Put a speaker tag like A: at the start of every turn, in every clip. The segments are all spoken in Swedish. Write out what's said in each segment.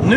A: Nu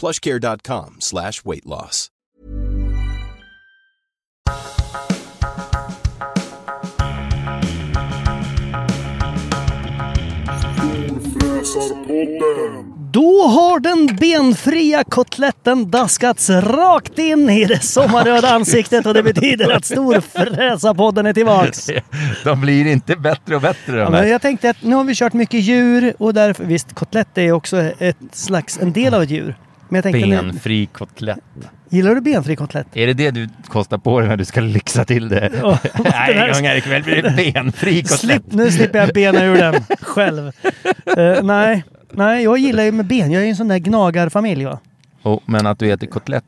B: plushcare.com slash weight loss.
A: Då har den benfria kotletten daskats rakt in i det sommarröda ansiktet och det betyder att Storfräsarpodden är tillbaks.
C: De blir inte bättre och bättre de
A: Ja,
C: här.
A: men jag tänkte att nu har vi kört mycket djur och därför... Visst, kotlett är också ett slags, en del av ett djur. Men jag tänkte... Nu,
C: Benfri kotlett.
A: gillar du benfri kotlett?
C: Är det det du kostar på dig när du ska lyxa till det?
A: Ja,
C: Nej,
A: det där-
C: gånger ikväll blir det benfri kotlett.
A: Slipp, nu slipper jag bena ur den själv. Eh, nej. nej, jag gillar ju med ben. Jag är ju en sån där gnagarfamilj. Va?
C: Oh, men att du äter kotlett.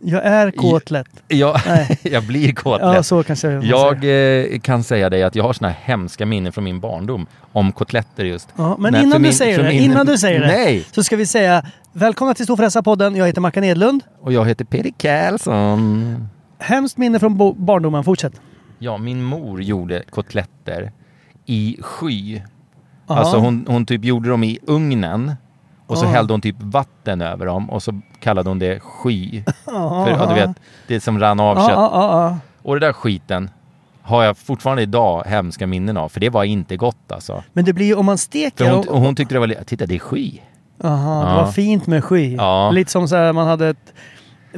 A: Jag är kotlätt.
C: Jag,
A: Nej.
C: jag blir kotlett.
A: Ja, så kanske man
C: jag
A: säger.
C: eh, kan säga dig att jag har såna här hemska minnen från min barndom om kotletter just.
A: Ja, men
C: Nej, för
A: innan,
C: min-
A: du säger
C: för
A: det,
C: min-
A: innan du säger det
C: Nej.
A: så ska vi säga välkomna till Storfräsarpodden. Jag heter Mackan Edlund.
C: Och jag heter Peter Karlsson.
A: Hemskt minne från bo- barndomen. Fortsätt.
C: Ja, min mor gjorde kotletter i sky. Alltså hon, hon typ gjorde dem i ugnen och så
A: Ja.
C: hällde hon typ vatten över dem och så kallade hon det sky. För ja, du vet, det som rann av
A: Ja,
C: kött.
A: ja, ja,
C: Och det där skiten har jag fortfarande idag hemska minnen av, för det var inte gott alltså.
A: Men det blir ju om man
C: För
A: steker...
C: hon,
A: och-
C: och hon tyckte det var, li- titta det är sky.
A: Aha, det
C: Ja.
A: var fint med sky.
C: Ja.
A: Lite som så här, man hade ett,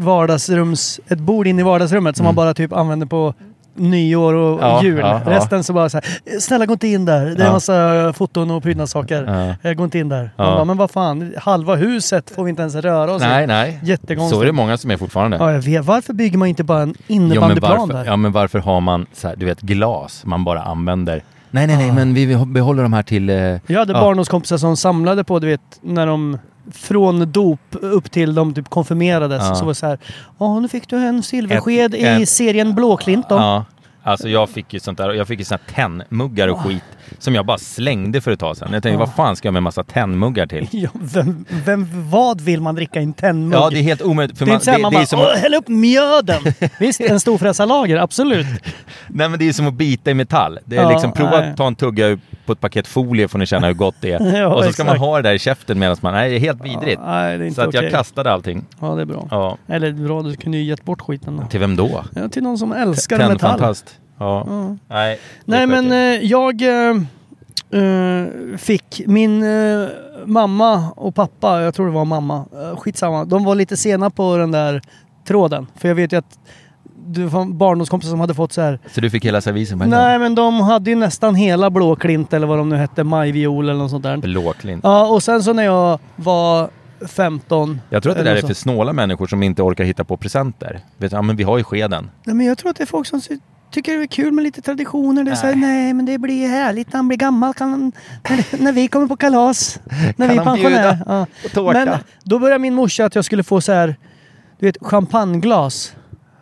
A: vardagsrums, ett bord inne i vardagsrummet som man bara typ använde på nyår och
C: Mm. Ja,
A: jul.
C: ja, ja.
A: Resten så bara så här, snälla gå inte in där. Det är en
C: Ja.
A: massa foton och prydnadssaker.
C: Ja.
A: Eh, Gå inte in där. Man
C: Ja.
A: bara, men vad fan, halva huset får vi inte ens röra oss i.
C: Nej, nej.
A: Alltså, Jättekonstigt.
C: Så är det många som är fortfarande.
A: Ja, jag vet. Varför bygger man inte bara en
C: Jo, men
A: innebandyplan
C: varför,
A: där?
C: ja, men varför har man så här, du vet, glas man bara använder? Nej, nej, nej, men vi behåller de här till... eh,
A: Jag hade barndomskompisar som samlade på, du vet, när de från dop upp till de typ konfirmerades.
C: Ja.
A: Så var det så här, ja nu fick du en silversked
C: Ett-
A: i
C: ett-
A: serien Blåklint då.
C: Ja, alltså jag fick ju sånt där, jag fick ju såna här tennmuggar och skit som jag bara slängde för ett tag sedan. Jag tänkte, vad fan ska jag med en massa tennmuggar till?
A: Ja, vem, vem, vad vill man dricka i en tennmugg?
C: Ja, det är helt omöjligt. För
A: Det är
C: man,
A: inte så här,
C: det,
A: man
C: det är
A: bara
C: som,
A: "Åh,
C: att,
A: häll upp mjöden! Visst, en storfräsarlager, absolut.
C: nej, men det är som att bita i metall. Det är
A: Ja,
C: liksom, prova
A: nej.
C: att ta en tugga ur- på ett paket folie får ni känna hur gott det är.
A: Ja,
C: och så ska man
A: exakt.
C: ha det där i käften medan man, nej det är helt vidrigt.
A: Ja, nej, det
C: så
A: är inte
C: att
A: okej.
C: jag kastade allting.
A: Ja, det är bra.
C: Ja.
A: Eller bra, du kunde ju gett bort skiten då.
C: Till vem då?
A: Ja, till någon som älskar metall.
C: Tändfantast. Ja. Nej, det
A: Nej,
C: sköt
A: men
C: jag.
A: eh, jag eh, eh, fick min eh, mamma och pappa, jag tror det var mamma, eh, skitsamma. De var lite sena på den där tråden. För jag vet ju att det var barndomskompisar som hade fått så här
C: Så du fick hela servisen på en
A: Nej,
C: gång?
A: men de hade ju nästan hela Blåklint eller vad de nu hette, Majviol eller något sånt där.
C: Blåklint.
A: Ja, och sen så när jag var 15...
C: Jag tror att det
A: eller
C: där är
A: så.
C: för snåla människor som inte orkar hitta på presenter. Vet, du, ja, men vi har ju skeden.
A: Nej, men jag tror att det är folk som sy- tycker det är kul med lite traditioner. Det är så här,
C: Nej.
A: nej men det blir härligt när han blir gammal. Kan han, när, när vi kommer på kalas. När
C: Kan
A: vi är
C: han
A: pensionärer.
C: bjuda
A: Ja.
C: på tårta?
A: Men då började min morsa att jag skulle få så här, du vet champagneglas.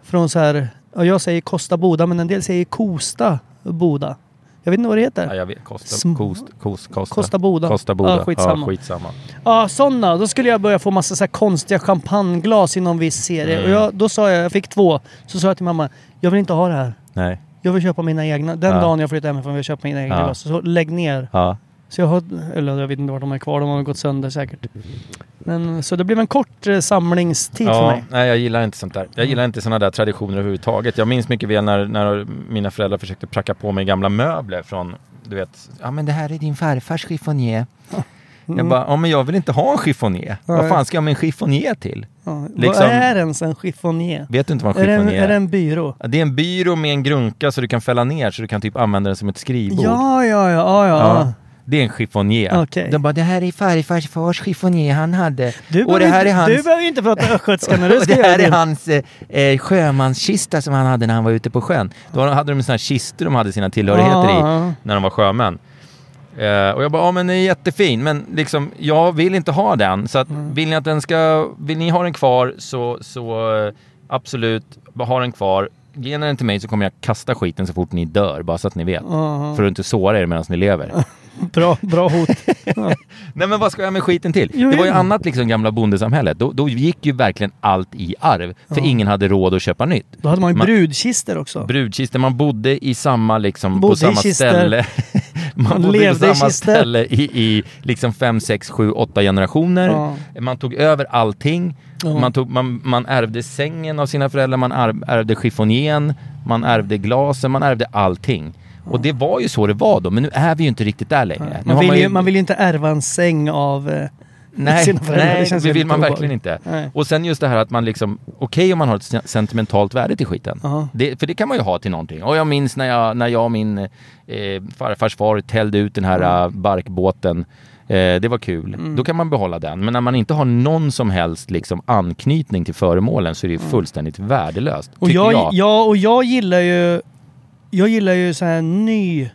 A: Från så här, ja, jag säger Kosta Boda men en del säger Kosta Boda. Jag vet inte vad det heter.
C: Ja, jag vet. Kosta,
A: Sm-
C: kost, kost, kosta.
A: Kosta Boda.
C: Kosta Boda.
A: Ja, skitsamma.
C: Ja, skitsamma.
A: Ja, sådana. Då skulle jag börja få massa så här konstiga champagneglas i någon viss serie.
C: Mm.
A: Och jag, då sa jag, jag fick två. Så sa jag till mamma, jag vill inte ha det här.
C: Nej.
A: Jag vill köpa mina egna. Den
C: Ja.
A: dagen jag flyttar hemifrån vill jag köpa mina egna
C: Ja.
A: glas. Så lägg ner.
C: Ja.
A: Så jag har, eller jag vet inte vart de är kvar. De har gått sönder säkert. Men, så det blev en kort eh, samlingstid för
C: Ja,
A: mig.
C: nej, jag gillar inte sånt där. Jag gillar inte såna där traditioner överhuvudtaget. Jag minns mycket väl när, när mina föräldrar försökte pracka på mig gamla möbler från, du vet, ja men det här är din farfars chiffonier. Jag bara, ja men jag vill inte ha en chiffonier. Vad
A: Mm. Nej.
C: fan ska jag med en chiffonier till?
A: Ja.
C: liksom-
A: Vad är ens en chiffonier?
C: Vet du inte vad en
A: Är det en,
C: chiffonier
A: är det en byrå?
C: Ja, Det är en byrå med en grunka så du kan fälla ner så du kan typ använda den som ett skrivbord.
A: Ja, ja, ja. ja, ja.
C: Ja. Det är en chiffonier.
A: Okej.
C: De bara, det här är farfars fars chiffonier han hade.
A: Du,
C: och det
A: behöver
C: här är
A: inte-
C: hans...
A: du behöver ju inte prata östgötska när du
C: Och
A: ska
C: det
A: göra
C: här
A: din.
C: är hans eh, eh, sjömanskista som han hade när han var ute på sjön. Då hade de sådana här kistor de hade sina tillhörigheter
A: Ja.
C: i när de var sjömän. Eh, och jag bara, ja men den är jättefin, men liksom, jag vill inte ha den. Så att,
A: Mm.
C: vill ni att den ska, vill ni ha den kvar så, så eh, absolut, bara ha den kvar. Ge den till mig så kommer jag kasta skiten så fort ni dör, bara så att ni vet.
A: Ah.
C: För att inte såra er medan ni lever.
A: Bra, bra hot.
C: Nej men vad ska jag med skiten till?
A: Jo,
C: det var ju
A: jo.
C: annat liksom gamla bondesamhället. Då, då gick ju verkligen allt i arv. För ingen hade råd att köpa nytt.
A: Då hade man ju
C: Man-
A: brudkister också.
C: Brudkistor, man bodde i samma liksom,
A: Bodde
C: på
A: i
C: samma
A: kister.
C: ställe.
A: Man
C: man bodde på
A: levde i
C: samma
A: kister.
C: ställe i, i liksom fem, sex, sju, åtta generationer.
A: Ja.
C: Man tog över allting. Man, tog, man, man ärvde sängen av sina föräldrar, man arv, ärvde chiffonien, man ärvde glasen, man ärvde allting. Och det var ju så det var då, men nu är vi ju inte riktigt där längre. Nu
A: Man
C: har
A: vill, ju, man vill ju inte ärva en säng av eh,
C: Nej,
A: sina föräldrar.
C: nej
A: känns
C: det
A: ju
C: vill
A: lite
C: man verkligen
A: obehagligt.
C: inte.
A: Nej.
C: Och sen just det här att man liksom, okej om man har ett sen- sentimentalt värde till skiten. Det, för det kan man ju ha till någonting. Och jag minns när jag, när jag och min eh, farfars far tällde ut den här
A: Mm.
C: eh, barkbåten. Eh, det var kul. Då kan man behålla den. Men när man inte har någon som helst liksom, anknytning till föremålen så är det ju fullständigt värdelöst.
A: Mm. Och
C: tycker
A: jag,
C: jag.
A: Ja, och jag gillar ju... Jag gillar ju så här ny eh,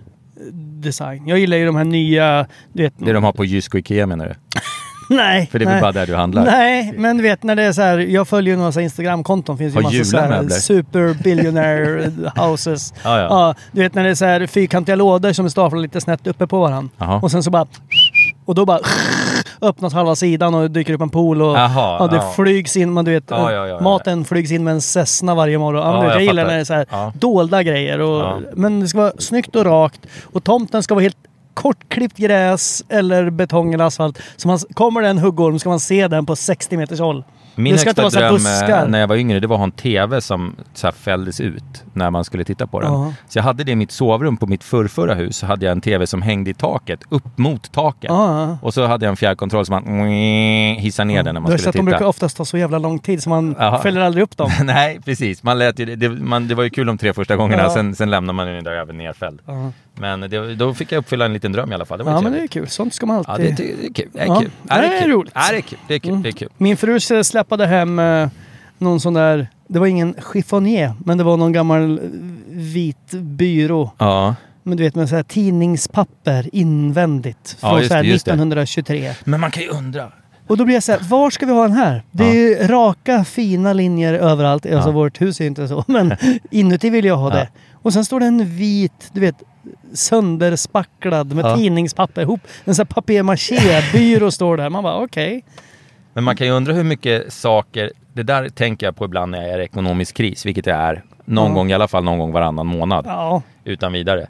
A: design. Jag gillar ju de här nya... Du vet,
C: Det de har på Jysk och Ikea menar du?
A: nej,
C: För det är väl
A: nej.
C: bara där du handlar?
A: Nej, men du vet när det är så här... Jag följer ju några så här Instagramkonton. finns ju
C: Har
A: massa så här
C: julamöbler?
A: super billionaire houses.
C: Ja, ja.
A: du vet när det är så här fyrkantiga lådor som är staplar lite snett uppe på varandra.
C: Jaha.
A: Och sen så bara... Och då bara öppnas halva sidan och dyker upp en pool och
C: Jaha,
A: ja, det
C: ja.
A: flygs in, man, du vet,
C: Ja, ja, ja, ja.
A: maten flygs in med en Cessna varje morgon. Ja, men
C: Ja,
A: du vet, jag,
C: jag
A: gillar
C: fattar.
A: när det är så här
C: Ja.
A: dolda grejer. Och,
C: Ja.
A: Men det ska vara snyggt och rakt och tomten ska vara helt kortklippt gräs eller betong eller asfalt. Så man, kommer det en huggorm ska man se den på 60 meters håll.
C: Min
A: det ska inte
C: högsta
A: vara så här
C: dröm eh,
A: buskar.
C: när jag var yngre, det var att ha en TV som så här fälldes ut när man skulle titta på den.
A: Ja.
C: Så jag hade det i mitt sovrum på mitt förrförra hus, så hade jag en TV som hängde i taket, upp mot taket.
A: Ja.
C: Och så hade jag en fjärrkontroll som man hissade ner den när
A: Du har
C: man
A: sett
C: skulle
A: att de brukar
C: titta.
A: oftast ta så jävla lång tid så man
C: Jaha.
A: fäller aldrig upp dem.
C: Nej, precis. Man lät ju, det- det, man, det var ju kul de tre första gångerna,
A: Ja.
C: sen, sen lämnade man den där även nerfälld. Men det, då fick jag uppfylla en liten dröm i alla fall. Det var ju
A: Ja men det är
C: trevligt.
A: kul, sånt ska man
C: Ja, det, är typ-
A: alltid...
C: ty- det är kul. Det är
A: Ja.
C: kul. Ja,
A: Det är
C: kul.
A: roligt. Mm.
C: Ja, det är kul. Det är kul. Det är kul.
A: Min fru s- släpade hem eh, någon sån där, det var ingen chiffonier, men det var någon gammal eh, vit byrå.
C: Ja.
A: Men du vet med så här tidningspapper invändigt
C: Ja,
A: från
C: just
A: så här
C: det, just det.
A: 1923.
C: Men man kan ju undra.
A: Och då blir jag så här, var ska vi ha den här? Det är ju raka fina linjer överallt. Alltså vårt hus är ju inte så, men inuti vill jag ha det. Och sen står det en vit, du vet, sönderspacklad med
C: Ja.
A: tidningspapper ihop. En sån här papier-maché-byrå står där. Man bara okej.
C: Men man kan ju undra hur mycket saker, det där tänker jag på ibland när jag är i ekonomisk kris, vilket jag är någon gång, i alla fall någon gång varannan månad,
A: Ja.
C: utan vidare.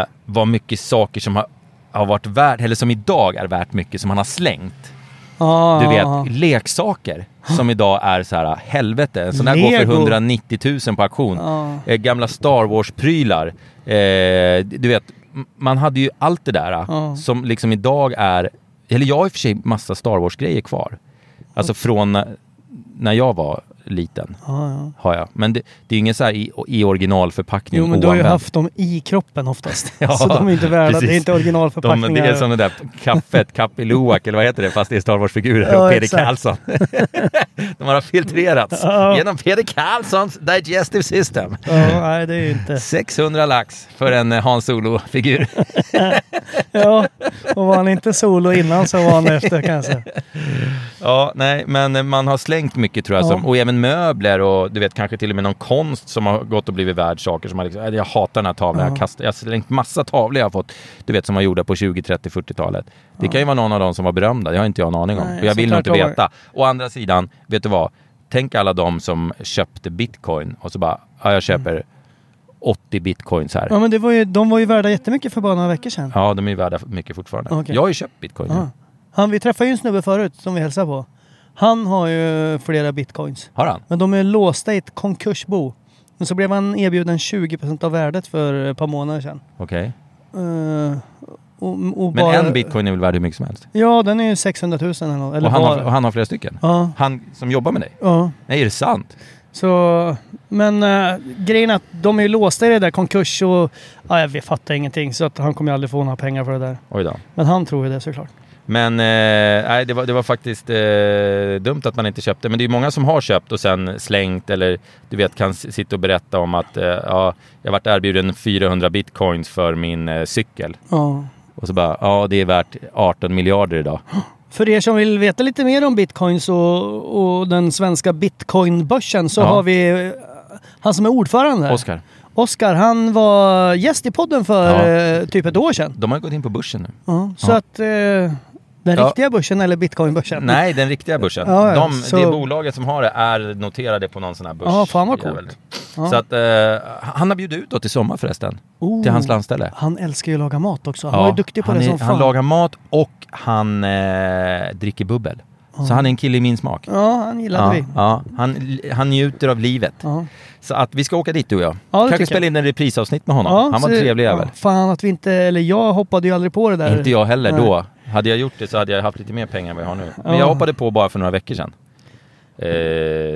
C: Eh, vad mycket saker som har, har varit värt, eller som idag är värt mycket, som man har slängt.
A: Ah.
C: Du vet, leksaker som idag är så här, helvete. En sån där går för
A: Lego. Ah.
C: 190 000 på auktion.
A: Ja.
C: Eh, gamla Star Wars-prylar. Eh, du vet, m- man hade ju allt det där eh,
A: Ja.
C: som liksom idag är...
A: Ah.
C: Eller jag har i och för sig massa Star Wars-grejer kvar. Alltså från när- när jag var liten.
A: Ja, Ah, ja.
C: Har jag. Men det, det är ju ingen så här i, i originalförpackning
A: Jo men du har ju
C: oanvänd.
A: haft dem i kroppen oftast.
C: Ja,
A: så de är inte värda, det
C: precis.
A: är inte
C: De,
A: originalförpackningar.
C: det är som det där kaffet, Kappi Luwak eller vad heter det, fast det är Star Wars-figurer
A: Ja,
C: och Peder
A: exakt.
C: Karlsson. De har filtrerats
A: Ja.
C: genom Peder Karlssons Digestive System.
A: Ja, nej det är ju inte.
C: 600 lax för en eh, Hans Solo-figur.
A: Ja, och var han inte solo innan så var han efter kanske.
C: Ja, nej, men eh, man har slängt mycket tror jag.
A: Ja.
C: Som, och även möbler och du vet, kanske till och med någon konst som har gått och blivit värd saker. Som har liksom, "Äh, jag hatar den här tavlan, jag, kastar, jag har slängt massa tavlor jag har fått. Du vet, som var gjorda på 20, 30, 40-talet. Det kan ju vara någon av dem som var berömda, det har inte jag en aning om.
A: Nej,
C: och jag vill nog
A: såklart
C: inte
A: de var-
C: veta. Å andra sidan, vet du vad? Tänk alla de som köpte bitcoin och så bara, ja, jag köper 80 bitcoins här.
A: Ja men det var ju, de var ju värda jättemycket för bara några veckor sedan.
C: Ja, de är ju värda mycket fortfarande.
A: Okej.
C: Jag har ju köpt bitcoin. nu.
A: Ja. Han, vi träffade ju en snubbe förut som vi hälsade på. Han har ju flera bitcoins.
C: Har han?
A: Men de är låsta i ett konkursbo. Men så blev han erbjuden 20% av värdet för ett par månader sedan.
C: Okej.
A: Eh, och, och
C: Men
A: bara,
C: en bitcoin är väl värd hur mycket som helst?
A: Ja, den är ju 600 000 eller, nå- eller
C: Och han, har,
A: bara.
C: och han har flera stycken?
A: Ja.
C: Han som jobbar med dig?
A: Ja.
C: Nej, är det sant?
A: Så, men eh, grejen är att de är ju låsta i det där konkurs och ja, jag vet- fattar ingenting så att han kommer ju aldrig få några pengar för det där.
C: Oj då.
A: Men han tror ju det såklart.
C: Men eh, nej, det, var, det var faktiskt eh, dumt att man inte köpte. Men det är ju många som har köpt och sen slängt eller du vet kan s- sitta och berätta om att eh, ja, jag varit erbjuden 400 bitcoins för min eh, cykel.
A: Ja.
C: Och så bara, ja det är värt 18 miljarder idag.
A: För er som vill veta lite mer om bitcoins och, och den svenska bitcoinbörsen så
C: Ja.
A: har vi eh, han som är ordförande. här.
C: Oskar,
A: Oskar, han var gäst i podden för
C: Ja.
A: eh, typ ett år sedan.
C: de har ju gått in på börsen nu.
A: Ja. Så
C: Ja.
A: att eh, den
C: Ja.
A: riktiga börsen eller bitcoinbörsen.
C: Nej, den riktiga börsen.
A: Ja, ja,
C: de,
A: så-
C: Det bolaget som har det är noterade på någon sån här börs.
A: Ja, fan vad coolt.
C: Jävel.
A: Ja.
C: Så att eh, han har bjudit ut då till sommar förresten.
A: Oh.
C: Till hans landställe.
A: Han älskar ju att laga mat också. Han var ju duktig på
C: han
A: det
C: är-
A: som
C: Han
A: fan.
C: lagar mat och han eh, dricker bubbel. Så han är en kille i min smak.
A: Ja, han gillade
C: Ja,
A: vi.
C: ja. Han, han njuter av livet.
A: Ja.
C: Så att vi ska åka dit du och jag.
A: Ja, det
C: Kanske
A: tycker
C: spela
A: jag.
C: in en reprisavsnitt med honom.
A: Ja,
C: han var en
A: så-
C: trevlig jävel.
A: ja, Fan att vi inte, eller jag hoppade ju aldrig på det där.
C: Inte jag heller
A: Nej.
C: då. Hade jag gjort det så hade jag haft lite mer pengar än vad jag har nu. Men
A: Ja.
C: jag hoppade på bara för några veckor sedan. Eh,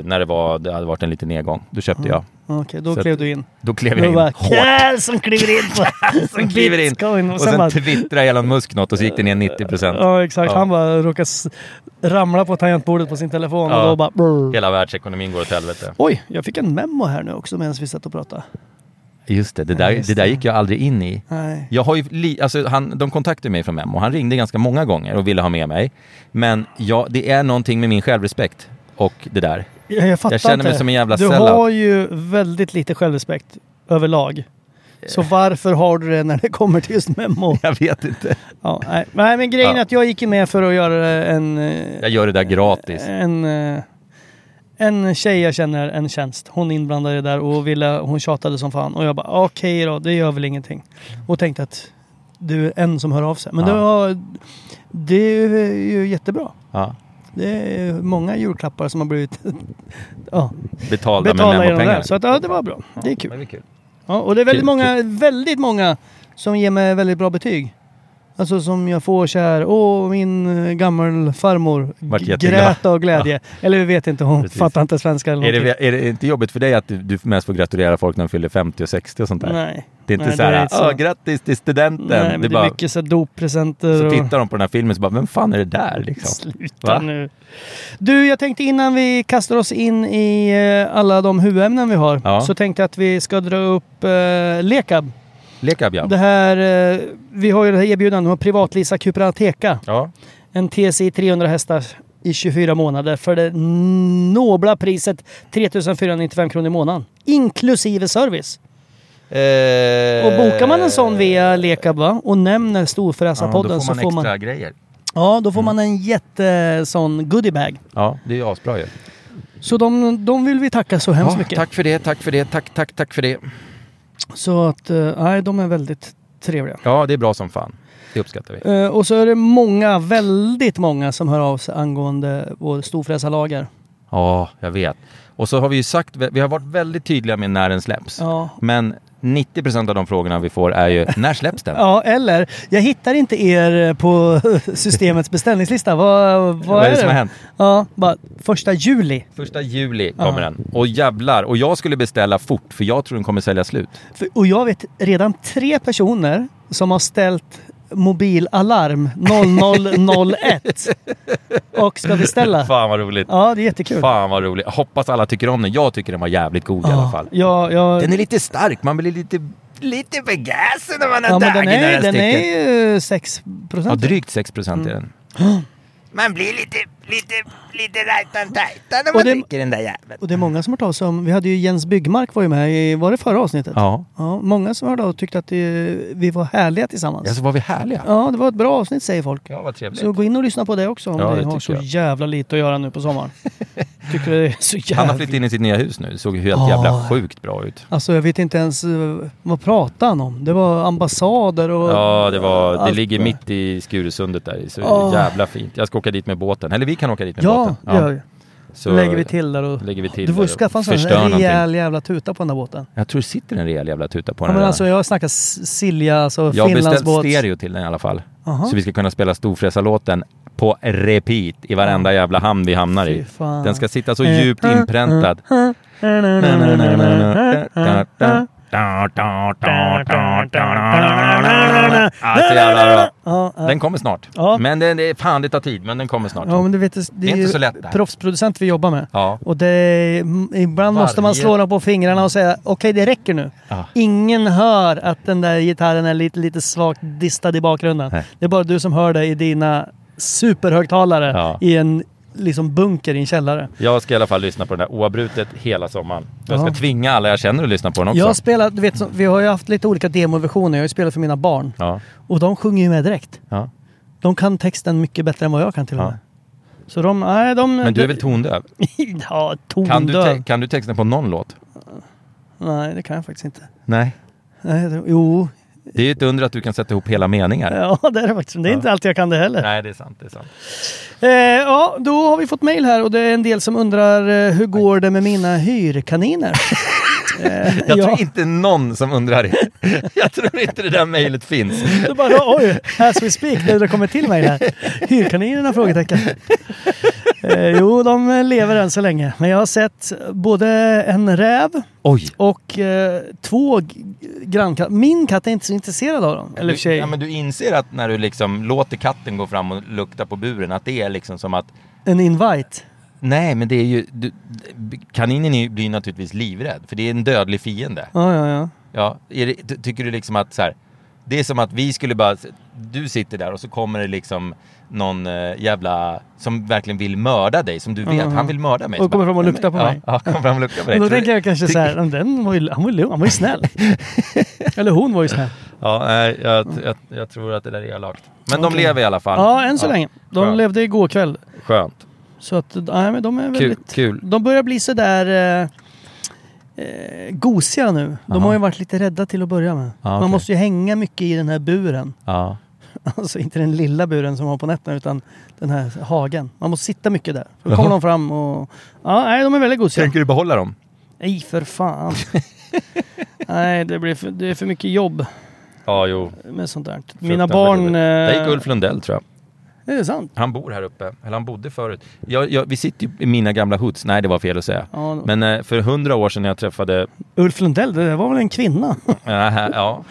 C: när det, var, det hade varit en liten nedgång. Då köpte jag.
A: Okej, då
C: Så att-
A: klev du in.
C: Då klev jag
A: Då
C: in
A: bara
C: hårt.
A: Kjell som kliver in på
C: Som kliver in.
A: bitcoin.
C: Och sen
A: bara,
C: twittrade Elon Musk något och så gick det ner 90 procent.
A: ja, exakt.
C: Ja.
A: Han bara råkar s- ramla på tangentbordet på sin telefon
C: Ja.
A: och då bara... brr.
C: Hela världsekonomin går åt helvete.
A: Oj, jag fick en memo här nu också medan vi satt och pratade.
C: Just det, det där,
A: just
C: det där
A: det.
C: gick jag aldrig in i.
A: Nej.
C: Jag har ju, li- alltså han, de kontaktade mig från Mem och han ringde ganska många gånger och ville ha med mig. Men jag, det är någonting med min självrespekt och det där.
A: Jag, jag fattar
C: Jag känner
A: inte.
C: mig som en jävla
A: Du
C: sellout.
A: har ju väldigt lite självrespekt överlag. Så
C: Eh.
A: varför har du det när det kommer till just memo?
C: Jag vet inte.
A: Ja, nej. nej, men grejen är
C: Ja.
A: att jag gick ju med för att göra en... eh,
C: Jag gör det där gratis.
A: en, eh, en tjej jag känner en tjänst. Hon inblandade där och ville, hon tjatade som fan. Och jag bara "Ah, okej då, det gör väl ingenting. Och tänkte att du är en som hör av sig. Men det,
C: Ja.
A: var, det är ju jättebra.
C: Ja.
A: Det är många julklappar som har blivit ja,
C: Betalda med
A: betalda genom det.
C: Memo-pengar.
A: här. Så att, ja, det var bra. Det är
C: Ja,
A: kul.
C: är kul.
A: Ja, och det är väldigt
C: Kul,
A: många, väldigt många som ger mig väldigt bra betyg. Alltså som jag får så här, åh min eh, gammal farmor
C: Vart
A: g-
C: jätteglad."
A: grät av glädje. Eller vi vet inte, hon
C: Precis.
A: fattar inte svenska eller
C: Är
A: någonting.
C: det, är det inte jobbigt för dig att du, du mest får gratulera folk när de fyller 50 och 60 och sånt där?
A: Nej.
C: Det är inte
A: Nej,
C: så här,
A: inte så.
C: "Åh, grattis till studenten.
A: Nej, men
C: det
A: det
C: är
A: är
C: bara,
A: mycket så här doppresenter
C: så
A: och...
C: tittar de på den här filmen så bara, vem fan är det där liksom?
A: Sluta
C: Va?
A: nu. Du, jag tänkte innan vi kastar oss in i eh, alla de huvudämnen vi har
C: Ja.
A: så tänkte jag att vi ska dra upp eh, Lekab.
C: Lekab ja.
A: Det här, eh, vi har ju det här erbjudandet om att privatlisa Cuperteca.
C: ja.
A: En TSI 300 hästar i 24 månader för det nobla priset 3495 kronor i månaden. Inklusive service.
C: Eh,
A: Och bokar man en sån via Lekab va? och nämner Storfräsarpodden
C: ja,
A: så får man,
C: grejer.
A: ja, då får man
C: Mm.
A: en jätte sån goodiebag.
C: Ja, det är ju asbra ju.
A: Så de, de vill vi tacka så hemskt
C: Ja,
A: mycket.
C: Tack för det, tack för det, tack, tack, tack för det.
A: Så att, eh, nej, de är väldigt trevliga.
C: Ja, det är bra som fan. Det uppskattar vi.
A: Eh, Och så är det många, väldigt många som hör av sig angående vår storfräsarlager.
C: Ja, jag vet. Och så har vi ju sagt, vi har varit väldigt tydliga med när den släpps.
A: Ja.
C: Men 90% av de frågorna vi får är ju när släpps den?
A: Ja, eller jag hittar inte er på systemets beställningslista. Vad, vad,
C: Vad är det som har hänt?
A: Ja, bara första juli.
C: Första juli kommer
A: Ja.
C: den. Och jävlar, och jag skulle beställa fort för jag tror den kommer sälja slut.
A: För, och jag vet redan tre personer som har ställt mobilalarm 0001 och ska beställa.
C: Fan vad roligt.
A: Ja, det är jättekul.
C: Fan vad roligt. Hoppas alla tycker om den. Jag tycker den var jävligt god i alla fall.
A: Ja, ja,
C: Den är lite stark, man blir lite, lite begäsen när man har
A: ja, men
C: dragit den
A: den
C: här
A: är, den är
C: stycken.
A: ju 6
C: Ja,
A: procent.
C: drygt 6 procent
A: Mm.
C: är den. Man blir lite, lite, lite rajtan tajtan när
A: man det- dricker
C: den där jäveln.
A: och det är många som har hört av sig om, vi hade ju Jens Byggmark var ju med i, var det förra avsnittet?
C: Ja.
A: ja många som hörde av och tyckte att det, vi var härliga tillsammans.
C: Alltså var vi härliga?
A: Ja, det var ett bra avsnitt säger folk.
C: Ja, vad trevligt.
A: Så gå in och lyssna på det också om
C: Ja,
A: ni
C: det
A: har
C: tycker
A: så
C: jag.
A: jävla lite att göra nu på sommaren. Tycker det är så
C: Han
A: jävla...
C: har flyttat in i sitt nya hus nu. Det såg helt
A: Ja.
C: jävla sjukt bra ut.
A: Alltså jag vet inte ens eh, vad pratade han om? Det var ambassader och...
C: Ja, det, var, det
A: allt
C: ligger
A: det.
C: mitt i Skuresundet där. Så
A: Åh.
C: jävla fint. Jag ska åka dit med båten. Eller vi kan åka dit med
A: Ja,
C: båten.
A: det gör vi.
C: Så
A: lägger vi till där och...
C: lägger vi till
A: du får
C: där och
A: skaffa en sån
C: förstör
A: här
C: någonting.
A: rejäl jävla tuta på den där båten.
C: Jag tror det sitter en rejäl jävla tuta på
A: Ja,
C: den
A: men
C: redan.
A: alltså jag snackar s- Silja, alltså
C: Jag har beställt
A: Finlandsbåt.
C: stereo till den i alla fall.
A: Aha.
C: Så vi ska kunna spela Storfräsarlåten på repeat i varenda jävla hamn vi hamnar
A: Fy
C: i.
A: fan.
C: Den ska sitta så djupt inpräntad. Alltså jävla bra. Den kommer snart.
A: Ja.
C: Men den, är- fan det tar tid, men den kommer snart.
A: Ja men du vet, det,
C: är
A: är
C: inte
A: ju
C: så lätt det här.
A: proffsproducent vi jobbar med.
C: Ja.
A: Och det, m- ibland måste man
C: Varje-
A: slå dem på fingrarna och säga okej det räcker nu.
C: Ja.
A: Ingen hör att den där gitarren är lite, lite svagt distad i bakgrunden.
C: Nej.
A: Det är bara du som hör det i dina superhögtalare
C: Ja.
A: i en liksom bunker i en källare.
C: Jag ska i alla fall lyssna på den där oavbrutet hela sommaren. Jag ska
A: Ja.
C: tvinga alla jag känner att lyssna på den också.
A: Jag har spelat, du vet, så- vi har ju haft lite olika demoversioner. Jag har ju spelat för mina barn.
C: Ja.
A: Och de sjunger ju med direkt.
C: Ja.
A: De kan texten mycket bättre än vad jag kan till och
C: Ja.
A: med. Så de, nej de...
C: Men du är väl tondöv?
A: ja,
C: Kan du,
A: tondöv.
C: te- kan du texten på någon låt?
A: Nej, det kan jag faktiskt inte.
C: Nej.
A: Nej, det, jo,
C: Det är ju ett under att du kan sätta ihop hela meningar.
A: ja det är det faktiskt. Men Det är inte alltid jag kan det heller.
C: Nej, det är sant. Det är sant.
A: Eh, ja, då har vi fått mail här och det är en del som undrar eh, hur går det med mina hyrkaniner? eh,
C: Jag
A: ja.
C: tror inte någon som undrar det. Jag tror inte det där mejlet finns.
A: Du bara, oj, as we speak, det har kommit till mig här. Hyrkaninerna? Frågetecken. Eh, jo, de lever än så länge. Men jag har sett både en räv
C: Oj!
A: och eh, två g- grannkatter. Min katt är inte så intresserad av dem. Eller i och för sig.
C: Ja, men du inser att när du liksom låter katten gå fram och lukta på buren, att det är liksom som att
A: En invite.
C: Nej, men det är ju... Du, kaninen är ju- blir ju naturligtvis livrädd, för det är en dödlig fiende.
A: Ja, ja, ja.
C: Ja, är det, ty- tycker du liksom att så här, det är som att vi skulle bara, du sitter där och så kommer det liksom någon eh, jävla som verkligen vill mörda dig, som du vet, han vill mörda mig.
A: Mm.
C: Så
A: Och kommer
C: bara,
A: fram och luktar på
C: ja,
A: mig.
C: Ja, kommer fram och luktar på dig.
A: Men då
C: Tror
A: tänker
C: du-
A: jag kanske
C: tycker-
A: så här, den var ju, han, var ju, lugn, han var ju snäll. Eller hon var ju snäll.
C: Ja, nej, jag, jag, jag tror att det där är elakt. Men de
A: Okej.
C: lever i alla fall.
A: Ja, än så länge. De
C: skönt.
A: levde igår kväll.
C: Skönt.
A: Så att, nej men de är
C: Kul,
A: väldigt...
C: kul.
A: De börjar bli sådär eh, eh, gosiga nu. De har ju varit lite rädda till att börja med.
C: Ja, Ah, okej.
A: Man måste ju hänga mycket i den här buren.
C: Ja.
A: Alltså inte den lilla buren som man har på nätterna utan den här hagen. Man måste sitta mycket där. Då kommer
C: Jaha.
A: de fram och... Ja, nej de är väldigt gosiga.
C: Tänker du behålla dem?
A: Nej för fan. nej det, blir för, det är för mycket jobb
C: Ja, jo.
A: med sånt där. Mina
C: Fruktansvärt
A: barn...
C: jobbigt. Där gick
A: Eh,
C: Ulf Lundell tror jag.
A: är det sant?
C: Han bor här uppe, eller han bodde förut. Jag, jag, vi sitter ju i mina gamla hoods, nej det var fel att säga.
A: Ja, det-
C: Men eh, för hundra år sedan när jag träffade,
A: Ulf Lundell, det där var väl en kvinna?
C: äh, ja,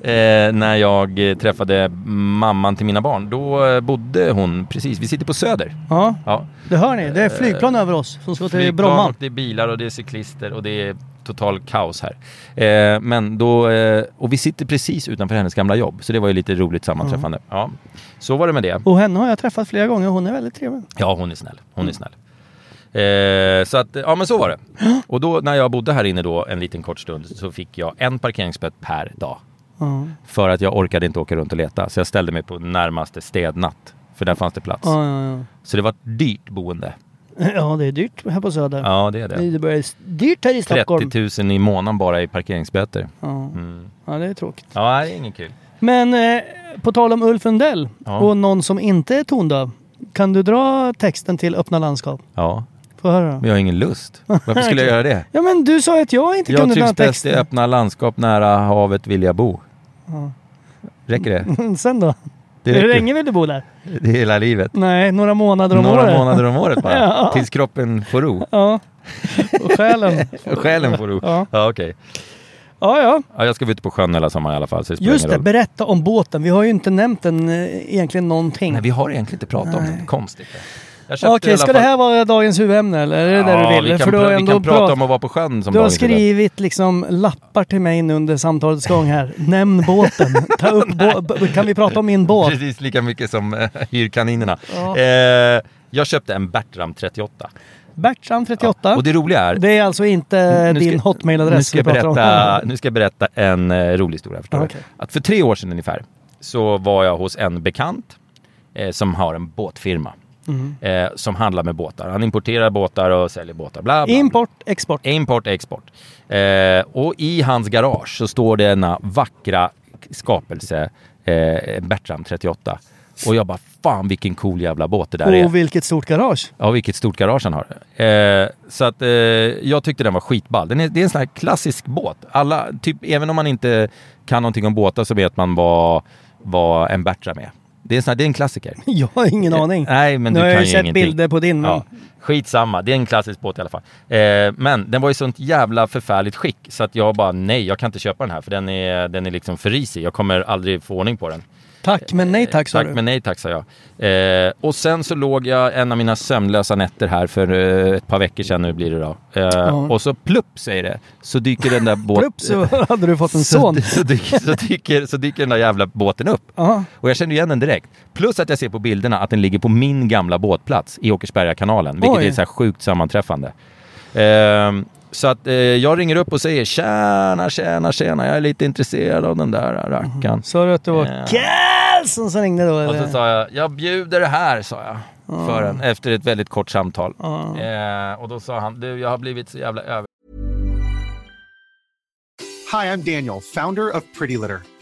C: eh, när jag eh, träffade mamman till mina barn, då eh, bodde hon precis, vi sitter på Söder.
A: ja,
C: Ja.
A: det hör ni. Det är flygplan över oss som ska till
C: Flygplan
A: Bromma.
C: och det är bilar och det är cyklister och det är total kaos här. Eh, men då, eh, och vi sitter precis utanför hennes gamla jobb, så det var ju lite roligt sammanträffande. Ja, så var det med det.
A: Och henne har jag träffat flera gånger. Hon är väldigt trevlig.
C: Ja, hon är snäll. Hon är snäll. Eh, så att, ja men så var det. Och då när jag bodde här inne då en liten kort stund så fick jag en parkeringsböt per dag.
A: Ja,
C: För att jag orkade inte åka runt och leta. Så jag ställde mig på närmaste städnatt. För där fanns det plats.
A: ja, ja,
C: Så det var ett dyrt boende.
A: ja. ja det är dyrt här på Söder.
C: Ja, det är det.
A: Det börjar dyrt här i Stockholm.
C: 30 000 i månaden bara i parkeringsböter.
A: Ja. ja, det är tråkigt.
C: Ja, det är inget kul.
A: Men eh, på tal om Ulf Lundell
C: Ja.
A: och någon som inte är tondöv. Kan du dra texten till Öppna landskap?
C: Ja.
A: Får Få höra då.
C: Men jag har ingen lust. Varför skulle jag göra det?
A: Ja men du sa ju att jag inte
C: Jag
A: kunde den
C: trivs
A: här
C: bäst i
A: texten.
C: öppna landskap nära havet vill jag bo. Räcker det?
A: Sen då?
C: Det
A: Hur
C: räcker.
A: länge vill du bo där?
C: Det är hela livet.
A: Nej, några månader om
C: Några
A: året.
C: månader om året bara.
A: Ja.
C: Tills kroppen får ro.
A: Ja. Och själen.
C: Själen får ro.
A: Ja.
C: Ja, okej.
A: Ja, ja.
C: Ja, jag ska vara ute på sjön hela sommaren i alla fall. Så det spelar
A: Just
C: ingen
A: det,
C: roll.
A: berätta om båten. Vi har ju inte nämnt den eh, egentligen någonting.
C: Nej, vi har egentligen inte pratat om det. Konstigt. Jag köpte
A: Okej,
C: i alla
A: ska det
C: fall-
A: här vara dagens huvudämne eller? Är det där
C: Ja,
A: du vill?
C: Vi kan,
A: För du har
C: pra- vi
A: ändå
C: kan prata
A: prat-
C: om att vara på sjön som
A: Du har
C: dagens huvud.
A: skrivit liksom lappar till mig nu under samtalets gång här. Nämn båten. Ta upp bå- b- kan vi prata om min båt?
C: Precis lika mycket som eh, hyrkaninerna. Eh, jag köpte en Bertram 38.
A: Bertram 38.
C: Och det roliga är...
A: Det är alltså inte
C: Nu ska-
A: din
C: nu
A: hotmailadress
C: ska, jag
A: vi pratar
C: berätta,
A: om. Ah,
C: nu ska jag berätta en eh, rolig historia. Förstår du?
A: Okej.
C: Att för tre år sedan ungefär så var jag hos en bekant eh, som har en båtfirma.
A: Mhm.
C: Eh, som handlar med båtar. Han importerar båtar och säljer båtar. Bla, bla, bla.
A: Import, export.
C: Import, export. Eh, och i hans garage så står denna vackra skapelse eh, Bertram 38. Och jag bara, fan vilken cool jävla båt det där är.
A: Och vilket stort garage.
C: Ja, vilket stort garage han har. Eh, så att eh, jag tyckte den var skitball. Den är, det är en sån här klassisk båt. Alla, typ, även om man inte kan någonting om båtar så vet man vad, vad en Bertram är. Det är, en sån här, det är en klassiker.
A: Jag har ingen aning.
C: Eh, Nej, men
A: nu
C: du
A: har
C: kan
A: jag
C: ju
A: sett
C: ingenting.
A: bilder på din. Men...
C: Ja, skitsamma, det är en klassisk båt i alla fall. Eh, men den var i sånt jävla förfärligt skick så att jag bara nej, jag kan inte köpa den här för den är, den är liksom för risig. Jag kommer aldrig få ordning på den.
A: Tack men nej tack sa
C: Tack
A: du.
C: men nej tack sa jag. Eh, och sen så låg jag en av mina sömnlösa nätter här för eh, ett par veckor sedan, nu blir det då. Eh, Och så plupp säger det, så dyker den där båten...
A: Plupp så hade du fått en
C: så,
A: son.
C: dy- så, dyker, så, dyker, så dyker den där jävla båten upp.
A: Ja.
C: Och jag känner igen den direkt. Plus att jag ser på bilderna att den ligger på min gamla båtplats i Åkersberga kanalen, vilket
A: Oj.
C: är så här sjukt sammanträffande. Ehm, så att eh, jag ringer upp och säger tjena, tjena, tjena, jag är lite intresserad av den där rackaren.
A: Sa du att det var
C: Ja.
A: Karlsson som ringde då?
C: Och
A: Eller?
C: så sa jag, jag bjuder det här, sa jag. För en, efter ett väldigt kort samtal. Eh, och då sa han, du jag har blivit så jävla över...
D: Hi, I'm Daniel, founder of Pretty Litter.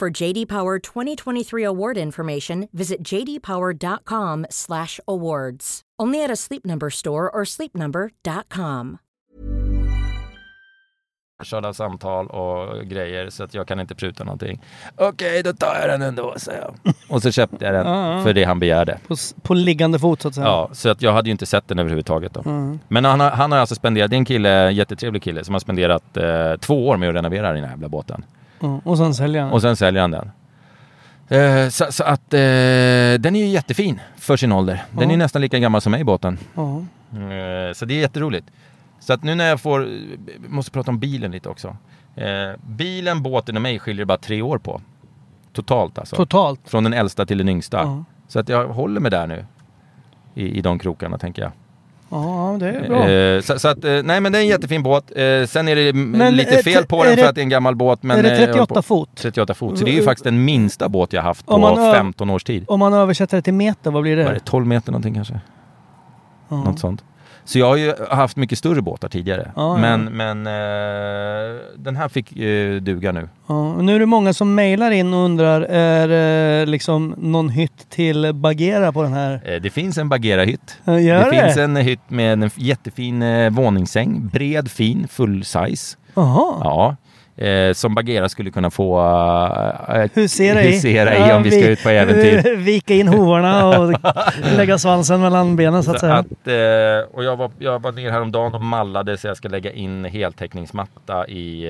E: For JD Power 2023 award information, visit jdpower.com/awards. Only at a Sleep Number store or sleepnumber.com.
C: överkörd av samtal och grejer så att jag kan inte pruta någonting. Okej, då tar jag den ändå, sa jag. Och så köpte jag den för det han begärde.
A: På, s- på liggande fot så att säga.
C: Ja, så att jag hade ju inte sett den överhuvudtaget då. Men han har, han har alltså spenderat, det är en kille, jättetrevlig kille, som har spenderat eh, två år med att renovera den här jävla båten.
A: Mm, Och sen säljer han.
C: Och sen säljer han den. Eh, så, så att eh, den är ju jättefin för sin ålder. Den är ju nästan lika gammal som mig, båten.
A: Ja.
C: Eh, Så det är jätteroligt. Så att nu när jag får, eh, måste prata om bilen lite också. Eh, bilen, båten och mig skiljer det bara tre år på. Totalt alltså.
A: Totalt.
C: Från den äldsta till den yngsta.
A: Ja.
C: Så att jag håller mig där nu. I, I de krokarna tänker jag.
A: Ja, det är bra.
C: Eh, så, så att, eh, nej men det är en jättefin båt. Eh, sen är det mm,
A: Men, eh,
C: lite fel på
A: är
C: den för
A: det-
C: att det är en gammal båt. Men,
A: är
C: eh,
A: det
C: jag håller på-
A: 38 fot?
C: 38 fot. Så det är ju faktiskt den minsta båt jag haft
A: Mm. Om man
C: på
A: ö-
C: 15 års tid.
A: Om man översätter det till meter, vad blir det?
C: Var det 12 meter någonting kanske?
A: Ja.
C: Något sånt. Så jag har ju haft mycket större båtar tidigare.
A: Ja, ja.
C: men men eh, den här fick eh, duga nu.
A: Ja, och nu är det många som mejlar in och undrar, är det liksom någon hytt till Bagheera på den här?
C: Eh, det finns en Bagheera-hytt.
A: Ja, Gör det?
C: finns en hytt med en jättefin eh, våningssäng. Bred, fin, full size.
A: Jaha.
C: Ja. Eh, som Bagheera skulle kunna få eh, eh,
A: Husera i.
C: husera i om vi ska ut på äventyr.
A: Vika in hovarna och lägga svansen mellan benen så
C: Så
A: att säga.
C: att, eh, och jag var, jag var ner häromdagen och mallade så jag ska lägga in heltäckningsmatta i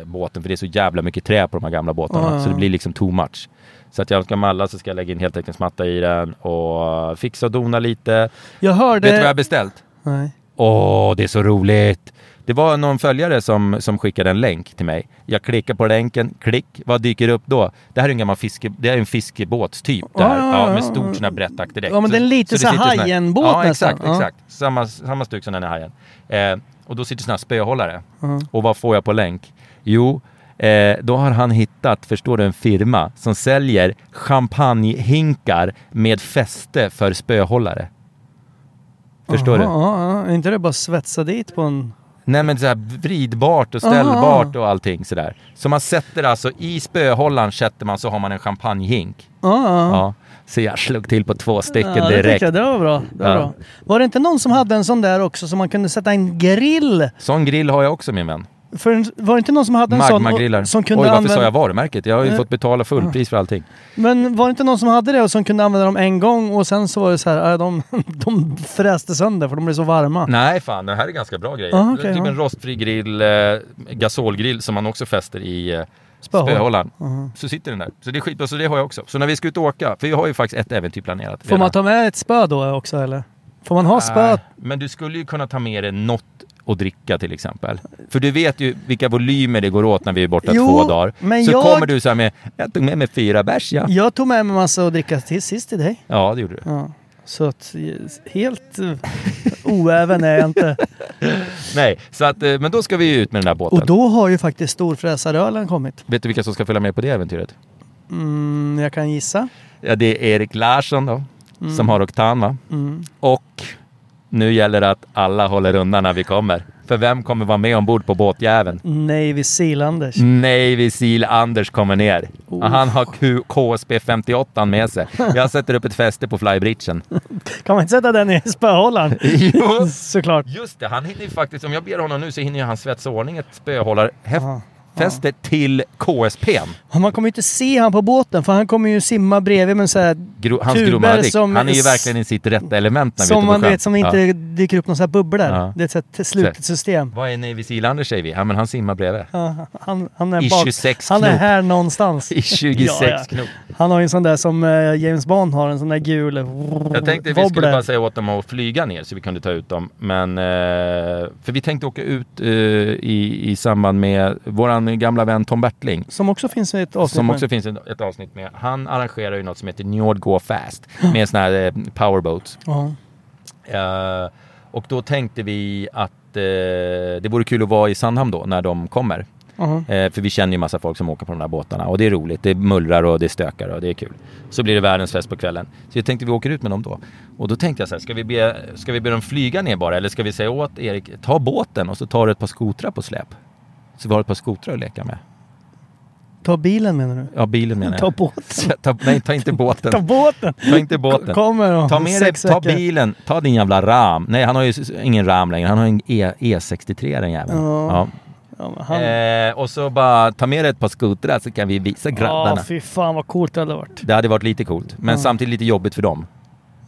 C: eh, båten för det är så jävla mycket trä på de här gamla båtarna
A: Ja.
C: så det blir liksom too much. Så att jag ska malla så ska jag lägga in heltäckningsmatta i den och fixa och dona lite.
A: Jag hörde...
C: Vet du vad jag beställt?
A: Nej.
C: Åh, det är så roligt! Det var någon följare som, som skickade en länk till mig. Jag klickar på länken, klick, vad dyker upp då? Det här är en gammal fiske, det är en fiskebåtstyp det här.
A: Ja,
C: Ja,
A: ja, ja.
C: med stort sån här brättaktig däck.
A: Ah, Ja, men
C: Så-
A: den är lite så
C: det
A: här
C: sitter sån
A: Hajen-båt
C: Ja,
A: nästan. Ah.
C: exakt,
A: Ja.
C: exakt. Samma, samma stuk som den här hajen. Eh, och då sitter såna här spöhållare.
A: Ah.
C: Och vad får jag på länk? Jo, eh, då har han hittat, förstår du, en firma som säljer champagnehinkar med fäste för spöhållare. Förstår du?
A: Ja, ja, är inte det bara svetsa dit på en...
C: Nej men så här vridbart och ställbart och allting sådär. Så man sätter alltså i spöhållaren sätter man så har man en champagnehink.
A: Ja, ja.
C: Ja. Så jag slog till på två stycken
A: Ah. Ja, det
C: direkt.
A: tycker jag. Det var bra. Det var,
C: Ja.
A: bra. var det inte någon som hade en sån där också som man kunde sätta en grill?
C: Sån grill har jag också min vän.
A: För en, var det inte någon som hade en sån?
C: Magmagrillar.
A: och- Som
C: Oj
A: kunde
C: varför
A: använda...
C: sa jag varumärket? Jag har ju
A: Eh.
C: fått betala fullpris för allting.
A: Men var det inte någon som hade det och som kunde använda dem en gång och sen så var det så här, äh, de, de fräste sönder för de blev så varma.
C: Nej fan, det här är ganska bra grejer.
A: Ah, okej,
C: typ
A: ja.
C: en rostfri grill, eh, gasolgrill som man också fäster i eh,
A: Spöhåll.
C: spöhållaren. Så sitter den där. Så det är skitbra, så det har jag också. Så när vi ska ut och åka, för vi har ju faktiskt ett äventyr planerat.
A: Får
C: redan.
A: man ta med ett spö då också eller? Får man ha spö?
C: Nej, Men du skulle ju kunna ta med dig något att dricka till exempel. För du vet ju vilka volymer det går åt när vi är borta
A: Jo,
C: två dagar.
A: men
C: så
A: jag-
C: kommer du så här med, jag tog med mig fyra bärs ja.
A: Jag tog med mig massa att dricka till sist till dig.
C: Ja, det gjorde du.
A: Ja. Så att helt eh, oäven är jag inte.
C: Nej, så att, eh, men då ska vi ju ut med den där båten.
A: Och då har ju faktiskt storfräsarölen kommit.
C: Vet du vilka som ska följa med på det äventyret?
A: Mm, jag kan gissa.
C: Ja, det är Erik Larsson då,
A: Mm.
C: som har Oktan va? Och nu gäller det att alla håller undan när vi kommer. För vem kommer vara med ombord på båtjäveln?
A: Navy Sealanders.
C: Mm. Navy Seal Anders kommer ner. Och Han har Q- KSB 58 med sig. Jag sätter upp ett fäste på flybridgen.
A: Kan man inte sätta den i spöhållaren?
C: Jo.
A: Såklart.
C: Just det, han hinner ju faktiskt, om jag ber honom nu så hinner ju han svetsa i ordning ett spöhållarfäste till KSP'n.
A: Man kommer ju inte se han på båten för han kommer ju simma bredvid men så här,
C: Gro, hans
A: Kuber
C: grumma Dick.
A: som-
C: Han är ju verkligen i sitt rätta element när vi är
A: som
C: ute på
A: man
C: sjön.
A: vet som inte
C: Ja.
A: dyker upp någon så här bubblor.
C: Ja.
A: Det är ett så här t- slutet system.
C: Vad är Navy Seal Anders säger vi? Ja men han simmar bredvid.
A: Ja, han, han, är
C: I
A: bak,
C: 26
A: han är
C: knop.
A: här någonstans.
C: I 26
A: Ja, ja.
C: knop.
A: Han har ju en sån där som eh, James Bond har, en sån där gul eh,
C: Jag tänkte vi skulle
A: wobbler.
C: bara säga åt dem att flyga ner så vi kunde ta ut dem. Men, eh, för vi tänkte åka ut eh, i, i samband med våran gamla vän Tom Bertling.
A: Som också finns i ett avsnitt.
C: Som
A: med.
C: också finns ett, ett avsnitt med. Han arrangerar ju något som heter Njord Go Fast med sådana här eh, powerboats.
A: Ja.
C: Eh, och då tänkte vi att eh, det vore kul att vara i Sandhamn då när de kommer.
A: Ja.
C: Eh, för vi känner ju massa folk som åker på de där båtarna och det är roligt. Det mullrar och det stökar och det är kul. Så blir det världens fest på kvällen. Så jag tänkte vi åker ut med dem då. Och då tänkte jag så här, ska vi be, ska vi be dem flyga ner bara eller ska vi säga åt Erik, ta båten och så tar du ett par skotrar på släp. Så vi har ett par skotrar att leka med.
A: Ta bilen menar du?
C: Ja, bilen menar jag.
A: Ta båten.
C: Ta, nej, ta inte båten.
A: Ta båten!
C: Ta inte båten.
A: Kommer om
C: Ta med dig,
A: sex
C: ta
A: veckor.
C: bilen, ta din jävla ram. Nej, han har ju s- ingen ram längre, han har en e, E63 den jäveln. Ja.
A: Ja, men han...
C: Eh, och så bara ta med dig ett par skotrar så kan vi visa grabbarna.
A: Ja, fy fan vad coolt det hade varit.
C: Det hade varit lite coolt, men samtidigt lite jobbigt för dem.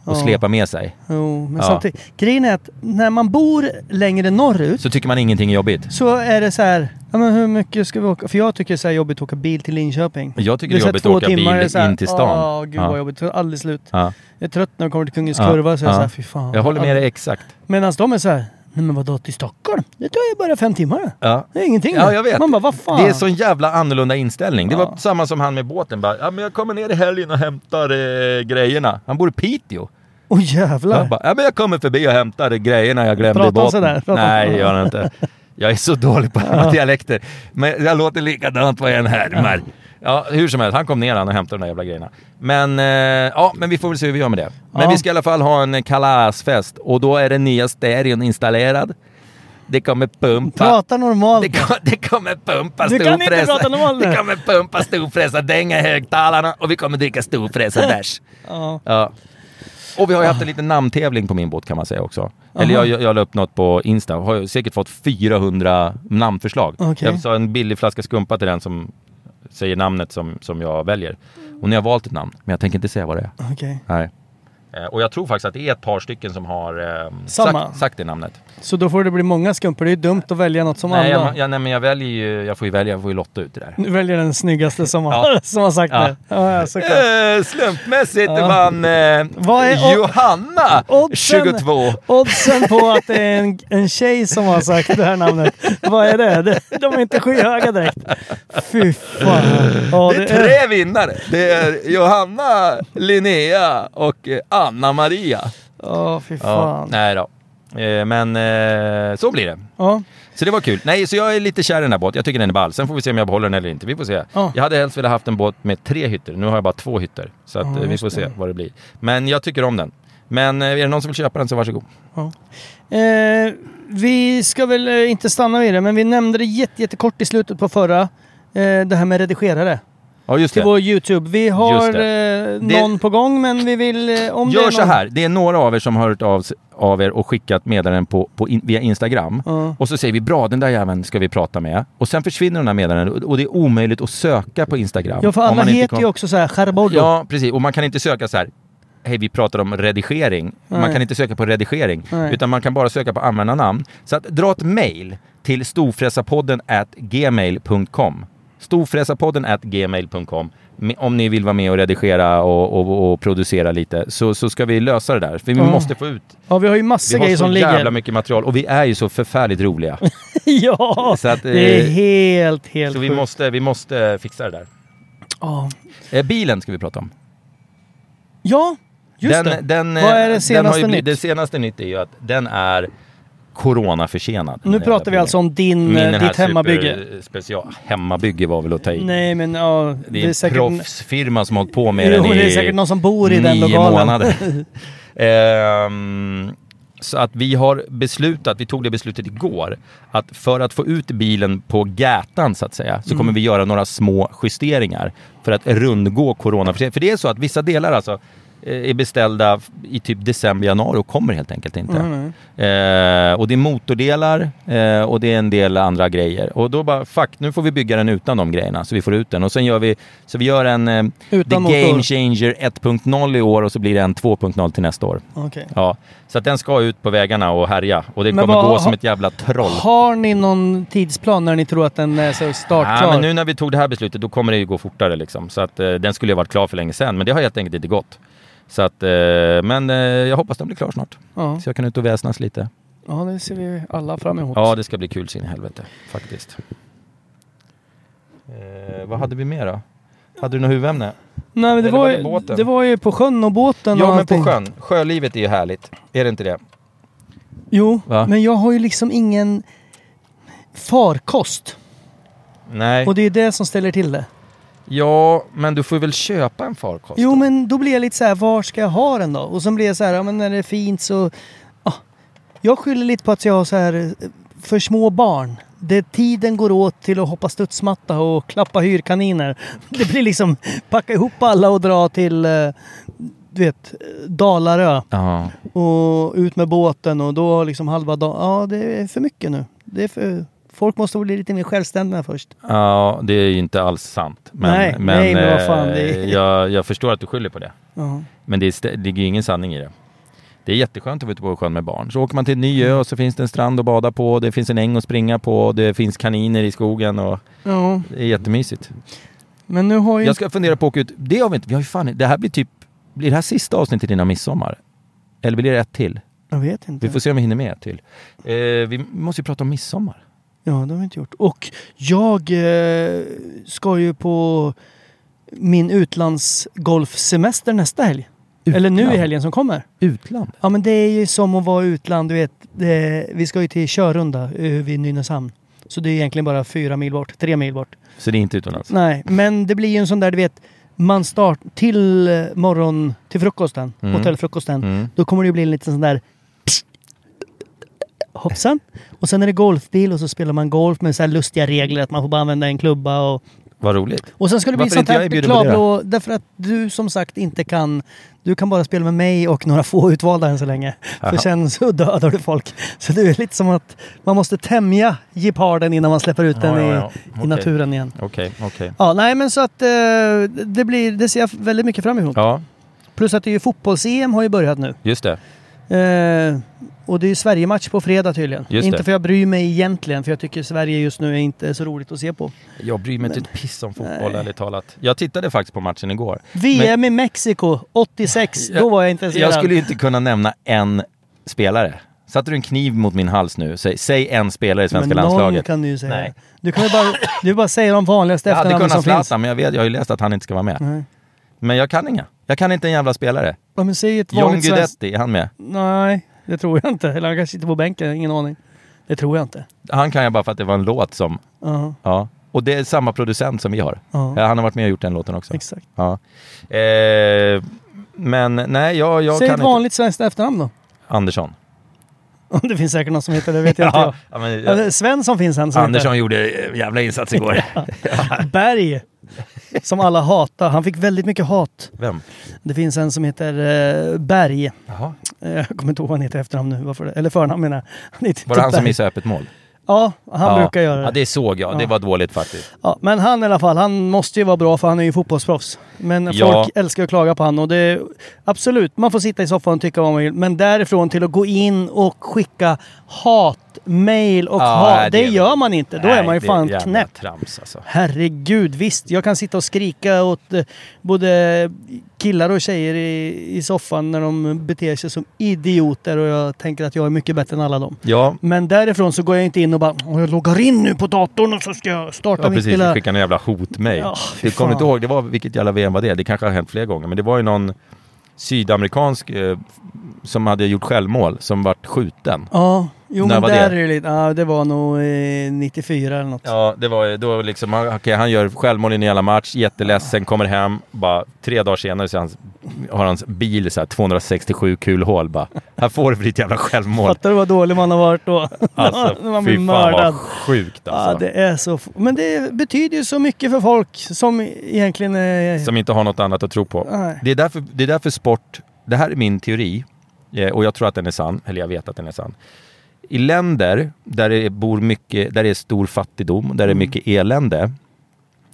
C: Att släpa med sig.
A: Jo, men
C: Ja.
A: samtidigt. Grejen är att när man bor längre norrut
C: Så tycker man ingenting är jobbigt.
A: så är det så här, ja men hur mycket ska vi åka? För jag tycker det är så här jobbigt att åka bil till Linköping.
C: Jag tycker
A: är
C: det
A: så
C: är
A: här
C: jobbigt
A: två
C: att åka
A: timmar,
C: bil
A: det är så här,
C: in till stan.
A: Åh, gud vad
C: Ja.
A: jobbigt. Jag tar aldrig slut.
C: Ja.
A: Jag är trött när jag kommer till Kungens
C: Ja.
A: Kurva så jag är
C: Ja.
A: så här, fy fan.
C: Jag håller med dig exakt.
A: Medan de är så här, nej men vadå till Stockholm? Det tar ju bara fem timmar.
C: Ja.
A: Det är ingenting.
C: Ja, jag vet.
A: Man bara, vad fan.
C: Det är så en jävla annorlunda inställning. Det
A: Ja.
C: var samma som han med båten. Bara, ja, men jag kommer ner i helgen och hämtar eh, grejerna. Han bor i Piteå.
A: Åh jävlar.
C: Jag bara, ja, men jag kommer förbi och hämtar grejerna jag glömde
A: Pratar
C: i
A: han
C: båten.
A: sådär? Pratar han
C: Nej,
A: sådär?
C: jag gör han inte. Jag är så dålig på alla dialekter. Men jag låter likadant vad jag än härmar. Ja, hur som helst, han kom ner han och hämtade de där jävla grejerna. Men, eh, ja, men vi får väl se hur vi gör med det. Men
A: Ja.
C: vi ska i alla fall ha en kalasfest och då är den nya stereon installerad. Det kommer pumpa.
A: Prata normalt.
C: Det, kom, det kommer pumpa
A: Alltså. Du kan
C: storfräsa.
A: inte prata normalt nu.
C: Det kommer pumpa storfräsa dänga i högtalarna och vi kommer dricka storfräsa bärs.
A: Ja.
C: Ja. Och vi har ju haft en liten namntävling på min båt kan man säga också. Eller jag, jag, jag la upp något på Insta och har ju säkert fått 400 namnförslag.
A: Okej.
C: Jag sa en billig flaska skumpa till den som säger namnet som, som jag väljer. Och nu har jag valt ett namn, men jag tänker inte säga vad det är.
A: Okej.
C: Nej. Eh, Och jag tror faktiskt att det är ett par stycken som har eh,
A: Samma.
C: sagt, sagt det namnet.
A: Så då får det bli många skumpor. Det är ju dumt att välja något som
C: Nej,
A: alla...
C: jag, jag, nej men jag väljer ju, jag får ju välja, jag får ju lotta ut det där.
A: Nu väljer den snyggaste som har,
C: Ja.
A: som har sagt
C: Ja.
A: det. Ja, ja, såklart.
C: Eh, slumpmässigt vann eh,
A: Vad är o-
C: Johanna,
A: Oddsen-
C: 22.
A: Oddsen på att det är en, en tjej som har sagt det här namnet. Vad är det? Det- De är inte skyhöga direkt. Fy fan. Ja,
C: Det
A: det
C: är
A: är-
C: tre vinnare. Det är Johanna, Linnea och eh, Anna-Maria.
A: Ja, fy fan.
C: nej då. Eh, Men eh, så blir det.
A: Ja.
C: Så det var kul. Nej, så jag är lite kär i den här båten. Jag tycker den är ball. Sen får vi se om jag behåller den eller inte. Vi får se.
A: Ja.
C: Jag hade helst velat haft en båt med tre hytter. Nu har jag bara två hytter. Så att, eh, vi
A: just
C: får se vad det blir. Men jag tycker om den. Men eh, är det någon som vill köpa den så varsågod.
A: Eh, vi ska väl eh, inte stanna vid det, men vi nämnde det jätte- jättekort i slutet på förra. Eh, det här med redigerare
C: Ja, just
A: till
C: det.
A: vår YouTube. Vi har
C: Just det.
A: eh,
C: Det-
A: någon på gång, men vi vill... Eh, om det är
C: Gör
A: någon...
C: så här, det är några av er som har hört av, s- av er och skickat meddelanden på, på in, via Instagram.
A: Ja.
C: Och så säger vi bra, den där jäveln ska vi prata med. Och sen försvinner den här meddelanden och- och det är omöjligt att söka på Instagram.
A: Ja, för
C: Om
A: alla
C: man inte
A: heter
C: kom-
A: ju också så här Jarbodo.
C: Ja, precis. Och man kan inte söka så här, hej vi pratar om redigering. Man
A: Nej.
C: kan inte söka på redigering,
A: Nej.
C: utan man kan bara söka på användarnamn. Så att dra ett mejl till storfräsarpodden at gmail.com. Storfräsarpodden at gmail.com. Me- Om ni vill vara med och redigera och, och, och producera lite så, så ska vi lösa det där. För vi
A: Ja.
C: måste få ut,
A: Ja, vi har ju massor
C: vi har
A: grejer
C: så
A: som
C: jävla
A: ligger.
C: mycket material och vi är ju så förfärligt roliga.
A: ja,
C: Så att, eh,
A: det är helt, helt
C: så vi
A: sjukt.
C: måste, vi måste fixa det där.
A: Ja.
C: Eh, bilen ska vi prata om.
A: Ja, just
C: den,
A: det.
C: Den,
A: Vad är det
C: den har
A: senaste
C: ju
A: nytt?
C: Det senaste nytt är ju att den är coronaförsenad.
A: Nu pratar vi alltså om din, eh, ditt hemmabygge.
C: Special, hemmabygge var väl att ta i.
A: Nej, men ja,
C: det är en
A: säkert...
C: proffsfirma som har hållit på med
A: Jo,
C: den i
A: det är säkert någon som bor i den
C: nio
A: lokalen.
C: månader. Ehm, så att vi har beslutat, vi tog det beslutet igår, att för att få ut bilen på gätan så att säga, så
A: Mm.
C: kommer vi göra några små justeringar för att rundgå coronaförseningen. För det är så att vissa delar alltså eh, är beställda f- i typ december, januari och kommer helt enkelt inte.
A: Mm,
C: Eh, och det är motordelar eh, och det är en del andra grejer. Och då bara, fuck, nu får vi bygga den utan de grejerna så vi får ut den. Och sen gör vi, så vi gör en eh, The
A: Utan motor.
C: Game Changer 1.0 i år och så blir det en 2.0 till nästa år.
A: Okej.
C: Ja, så att den ska ut på vägarna och härja och det
A: Men
C: kommer
A: vad-
C: gå som ett jävla troll.
A: Har ni någon tidsplan när ni tror att den är så startklar?
C: Ja, men nu när vi tog det här beslutet då kommer det ju gå fortare liksom. Så att eh, den skulle ju ha varit klar för länge sedan men det har helt enkelt inte gått. Så att, eh, men eh, jag hoppas den blir klar snart.
A: ja.
C: Så jag kan ut och väsnas lite.
A: ja, det ser vi alla fram emot.
C: Ja, det ska bli kul sin helvete faktiskt. Eh, vad hade vi mer då? Hade du något huvudämne?
A: Nej, men det
C: Eller
A: var,
C: var
A: ju,
C: det båten?
A: det var ju på sjön och båten och
C: Ja, men på
A: allting.
C: sjön. Sjölivet är ju härligt. Är det inte det?
A: Jo,
C: Va?
A: men jag har ju liksom ingen farkost.
C: Nej.
A: Och det är det som ställer till det.
C: Ja, men du får väl köpa en farkost?
A: Jo, men då blir jag lite så här, var ska jag ha den då? Och sen blir jag så här, ja men när det är fint så... Ah, jag skyller lite på att jag har så här eh, för små barn. Det tiden går åt till att hoppa studsmatta och klappa hyrkaniner. Det blir liksom packa ihop alla och dra till, eh, du vet, eh, Dalarö.
C: Ja.
A: Och ut med båten och då har liksom halva dagen, ja det är för mycket nu. Det är för... Folk måste bli lite mer självständiga först.
C: ja, det är ju inte alls sant. Men,
A: Nej,
C: men,
A: nej, men vad fan,
C: eh,
A: det är-
C: jag, jag förstår att du skyller på det.
A: Ja.
C: Men det, är, stä- det ligger ju ingen sanning i det. Det är jätteskönt att vara ute på sjön med barn. Så åker man till en ny ö och så finns det en strand att bada på, det finns en äng att springa på, det finns kaniner i skogen och
A: ja.
C: det är jättemysigt.
A: Mm. Men nu har ju...
C: Jag ska fundera på att åka ut. Det har vi inte. Vi har ju fan, det här blir typ... Blir det här sista avsnittet innan midsommar? Eller blir det ett till?
A: Jag vet inte.
C: Vi får se om vi hinner med ett till. Eh, vi måste ju prata om midsommar.
A: Ja, det har vi inte gjort. Och jag eh, ska ju på min utlandsgolfsemester nästa helg. Eller nu i
C: Utland?
A: helgen som kommer.
C: Utland?
A: Ja, men det är ju som att vara i utland. Du vet, det, vi ska ju till körrunda eh, vid Nynäshamn. Så det är egentligen bara fyra mil bort, tre mil bort.
C: Så det är inte utomlands?
A: Nej, men det blir ju en sån där, du vet, man start till eh, morgon, till frukosten,
C: Mm.
A: hotellfrukosten.
C: Mm.
A: Då kommer det ju bli en liten sån där hoppsan. Och sen är det golfbil och så spelar man golf med så här lustiga regler att man får bara använda en klubba och...
C: Vad roligt.
A: Och sen ska det bli
C: Varför
A: sånt
C: inte jag
A: här
C: är bjuden på det
A: reklamblå... Därför att du som sagt inte kan... Du kan bara spela med mig och några få utvalda än så länge. För
C: Aha.
A: sen så dödar du folk. Så det är lite som att man måste tämja geparden innan man släpper ut
C: Ja, ja,
A: den i,
C: ja.
A: i
C: Okej.
A: naturen igen.
C: Okej, okej.
A: Ja, nej men så att eh, det, blir, det ser jag väldigt mycket fram emot.
C: Ja,
A: Plus att det är ju fotbolls-EM har ju börjat nu.
C: just det.
A: Eh, och det är ju Sverige-match på fredag tydligen.
C: Just
A: inte
C: det.
A: för jag bryr mig egentligen, för jag tycker Sverige just nu är inte så roligt att se på.
C: Jag bryr mig inte ett piss om fotboll ärligt talat. Jag tittade faktiskt på matchen igår.
A: VM i Mexiko 86, då var jag intresserad.
C: Jag skulle ju inte kunna nämna en spelare. Satte du en kniv mot min hals nu, säg, säg en spelare i svenska
A: men någon
C: landslaget.
A: kan du ju säga.
C: Nej.
A: Du kan ju bara, du bara säga de vanligaste
C: Jag hade
A: efternamnen som
C: kunnat
A: finns.
C: Zlatan, men jag, vet, jag har ju läst att han inte ska vara med.
A: Nej.
C: Men jag kan inga. Jag kan inte en jävla spelare.
A: Ja, men säg ett
C: John
A: vanligt svenskt.
C: Guidetti, är han med?
A: Nej, det tror jag inte. Eller han kanske sitter på bänken, ingen aning. Det tror jag inte.
C: Han kan jag bara för att det var en låt som...
A: Ja,
C: Ja. Och det är samma producent som vi har.
A: Ja.
C: Ja, Han har varit med och gjort den låten också.
A: exakt.
C: Ja. Eh, men nej, jag, jag
A: Säg
C: kan
A: ett vanligt svenskt efternamn då.
C: inte. Andersson.
A: Det finns säkert någon som heter det, vet jag
C: Ja,
A: inte
C: ja, men,
A: jag. Eller Svensson finns en som
C: Andersson gjorde eh, jävla insats igår.
A: heter Berg. Som alla hatar. Han fick väldigt mycket hat.
C: Vem?
A: Det finns en som heter eh, Berg. Eh,
C: Jaha.
A: jag kommer inte ihåg vad han heter i efternamn nu. Varför det? Eller förnamn menar jag. Han heter
C: Var
A: inte
C: det han som
A: Berg.
C: missade öppet mål?
A: Ja, Typ- han
C: ja.
A: brukar göra det.
C: Ja, det såg jag.
A: Ja.
C: Det var dåligt faktiskt.
A: Ja, men han i alla fall, han måste ju vara bra för han är ju fotbollsproffs. Men
C: Ja.
A: folk älskar att klaga på han och det... Absolut, man får sitta i soffan och tycka vad man vill. Men därifrån till att gå in och skicka hatmejl och
C: Ja,
A: hat,
C: nej,
A: det,
C: det-
A: gör man inte. Då är
C: Nej,
A: man ju
C: det
A: fan
C: jävla
A: knäpp.
C: trams alltså.
A: Herregud, visst. Jag kan sitta och skrika åt eh, både killar och tjejer i, i soffan när de beter sig som idioter och jag tänker att jag är mycket bättre än alla dem.
C: Ja,
A: Men därifrån så går jag inte in och bara "Åh, jag loggar in nu på datorn och så ska jag starta
C: ja
A: mitt
C: precis.
A: lilla...
C: Vi skickade en jävla hotmejl.
A: Ja, fy
C: jag kommer
A: fan.
C: inte ihåg det var, vilket jävla VM var det. Det kanske har hänt fler gånger. Men det var ju någon sydamerikansk eh, som hade gjort självmål som vart skjuten.
A: Ja, jo
C: När
A: men
C: var
A: där
C: det?
A: är det lite... Ja, det var nog eh, 94 eller något.
C: Ja, det var ju då liksom, han, okej, han gör självmål i en jävla match, jätteledsen, kommer hem, bara tre dagar senare så är hans, har hans bil så här 267 kulhål bara. Här får du för ditt jävla självmål.
A: Fattar du vad dålig man har varit då?
C: Alltså,
A: När man
C: fy
A: blir
C: fan vad
A: mördad.
C: sjukt alltså.
A: Ja, det är så... f- Men det betyder ju så mycket för folk som egentligen är...
C: Som inte har något annat att tro på.
A: Nej.
C: Det är, därför, det är därför sport, det här är min teori, eh, och jag tror att den är sann, eller jag vet att den är sann. I länder där det bor mycket, där det är stor fattigdom, där det är mycket elände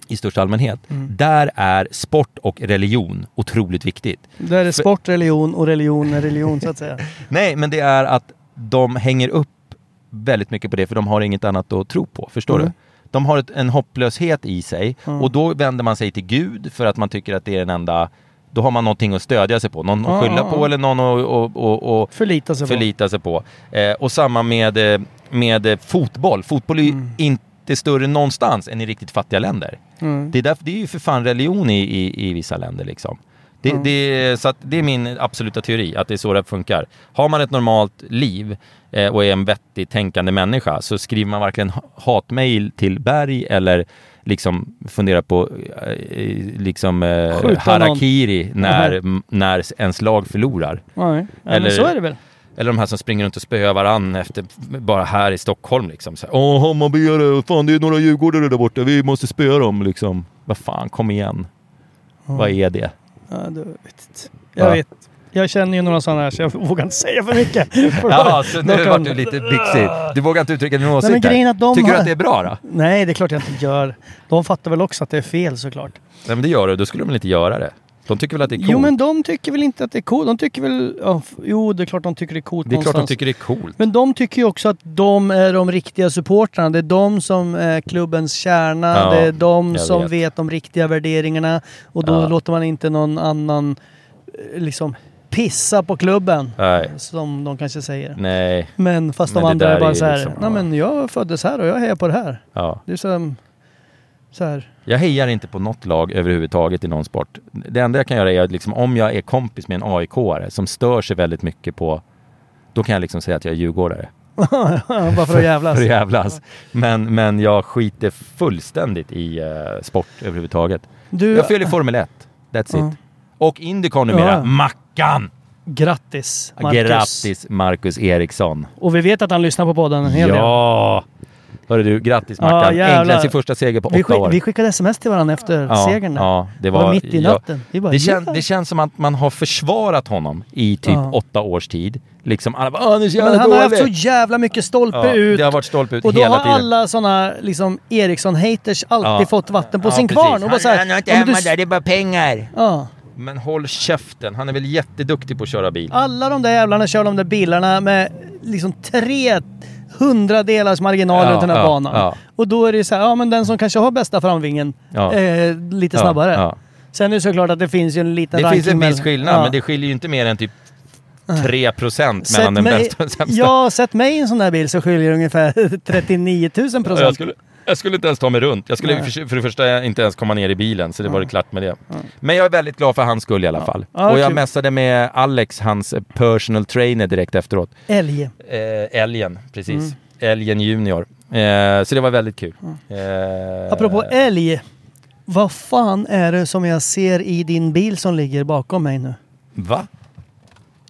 C: i största allmänhet, där är sport och religion otroligt viktigt.
A: Där är det sport, religion och religion är religion så att säga.
C: Nej, men det är att de hänger upp väldigt mycket på det för de har inget annat att tro på. Förstår
A: Mm.
C: du? De har ett, en hopplöshet i sig och då vänder man sig till Gud för att man tycker att det är den enda... Då har man någonting att stödja sig på, någon
A: Ja,
C: att skylla
A: ja,
C: på
A: ja.
C: eller någon att och, och, och
A: Förlita sig på.
C: förlita sig på. Eh, och samma med, eh, med eh, fotboll. Fotboll är ju inte större någonstans än i riktigt fattiga länder.
A: Mm.
C: Det, är därför, det är ju för fan religion i, i, i vissa länder liksom. Det,
A: Mm.
C: det, så att det är min absoluta teori, att det är så det funkar. Har man ett normalt liv eh, och är en vettig tänkande människa så skriver man varken ha- hatmejl till berg eller liksom funderar på eh, eh, liksom, eh,
A: Skjuta
C: harakiri när,
A: Nej.
C: m- när ens lag förlorar.
A: Nej, ja,
C: Eller-
A: men så är det väl.
C: Eller de här som springer runt och spöar varann efter, bara här i Stockholm liksom. Så här, Åh, Hammarbyare, fan det är några djurgårdare där borta, vi måste spöa dem liksom. Vad fan, kom igen. Vad är det?
A: Ja, du vet inte. Jag
C: Va?
A: vet. Jag känner ju några sådana här så jag vågar inte säga för mycket.
C: Ja, så
A: Då
C: nu
A: kan-
C: vart du lite byxig. Du vågar inte uttrycka din åsikt där.
A: grejen är att de
C: Tycker
A: har-
C: du att det är bra då?
A: Nej, det är klart jag inte gör. De fattar väl också att det är fel såklart.
C: Nej men det gör du, då skulle de väl inte göra det. De tycker väl att det är coolt?
A: Jo, men de tycker väl inte att det är coolt. De tycker väl... Ja, f- jo, det är klart de tycker det är coolt
C: det är klart de
A: någonstans.
C: tycker det är coolt.
A: Men de tycker ju också att de är de riktiga supportrarna. Det är de som är klubbens kärna.
C: Ja,
A: det är de
C: jag
A: som vet.
C: vet.
A: de riktiga värderingarna. Och då
C: Ja.
A: låter man inte någon annan eh, liksom pissa på klubben.
C: Nej.
A: Som de kanske säger.
C: Nej.
A: Men fast de
C: Mm. Men det
A: andra
C: där
A: är bara
C: är
A: så här.
C: liksom,
A: Nej
C: ja."
A: men jag föddes här och jag hejar på det här.
C: Ja.
A: Det är som... Så här.
C: Jag hejar inte på något lag överhuvudtaget i någon sport. Det enda jag kan göra är att liksom, om jag är kompis med en AIK-are som stör sig väldigt mycket på... Då kan jag liksom säga att jag är djurgårdare.
A: Bara för att jävlas.
C: För att jävlas. Men, men jag skiter fullständigt i eh, sport överhuvudtaget.
A: Du,
C: Jag följer Formel 1. That's
A: Ja.
C: it. Och Indycar numera.
A: Ja.
C: Mackan!
A: grattis Marcus.
C: Grattis Marcus Eriksson.
A: Och vi vet att han lyssnar på podden en hel del.
C: Ja! Hörru du, grattis
A: Ja,
C: Mackan.
A: jävlar.
C: Äntligen sin första seger på
A: Vi,
C: åtta år.
A: skick, vi skickade sms till varandra efter
C: Ja,
A: segern där.
C: ja, det
A: Det
C: var,
A: var mitt i
C: ja.
A: natten. Vi bara,
C: det, kän,
A: "Ja."
C: det känns som att man har försvarat honom i typ
A: Ja.
C: åtta års tid. Liksom alla bara "Åh, nu är så jävla
A: Men han har haft
C: dålig."
A: så jävla mycket stolpe
C: Ja,
A: ut.
C: Det har varit stolpe ut
A: och då
C: hela
A: har
C: tiden.
A: alla sådana liksom Eriksson-haters alltid
C: Ja.
A: fått vatten på
C: Ja,
A: sin
C: precis.
A: kvarn. Och bara så här,
C: han har inte
A: "Ja, men
C: hemma
A: du-
C: där, det är bara pengar.
A: Ja.
C: Men håll käften, han är väl jätteduktig på att köra bil.
A: Alla de där jävlarna kör de där bilarna med liksom tre hundradelars marginal
C: Ja,
A: runt den här
C: ja,
A: banan.
C: ja.
A: Och då är det ju så här, ja men den som kanske har bästa framvingen
C: Ja.
A: eh, lite
C: Ja,
A: snabbare.
C: ja.
A: Sen är det såklart att det finns ju en liten
C: Det
A: ranking.
C: finns en
A: mellan-
C: viss skillnad,
A: Ja.
C: men det skiljer ju inte mer än typ 3%
A: Sätt
C: mellan den
A: mig-
C: bästa och den sämsta.
A: Ja, sett mig i en sån där bil så skiljer det ungefär 39 000
C: Ja, jag,
A: procent.
C: skulle, jag skulle inte ens ta mig runt. Jag skulle för, för det första inte ens komma ner i bilen, så det var det klart med det. Men jag är väldigt glad för hans skull i alla fall.
A: Ja,
C: och jag
A: kul.
C: mässade med Alex, hans eh, personal trainer, direkt efteråt.
A: Älg.
C: Eh, älgen, precis.
A: Mm.
C: Älgen Junior. Eh, så det var väldigt kul. Eh,
A: Apropå älg. Vad fan är det som jag ser i din bil som ligger bakom mig nu?
C: Va?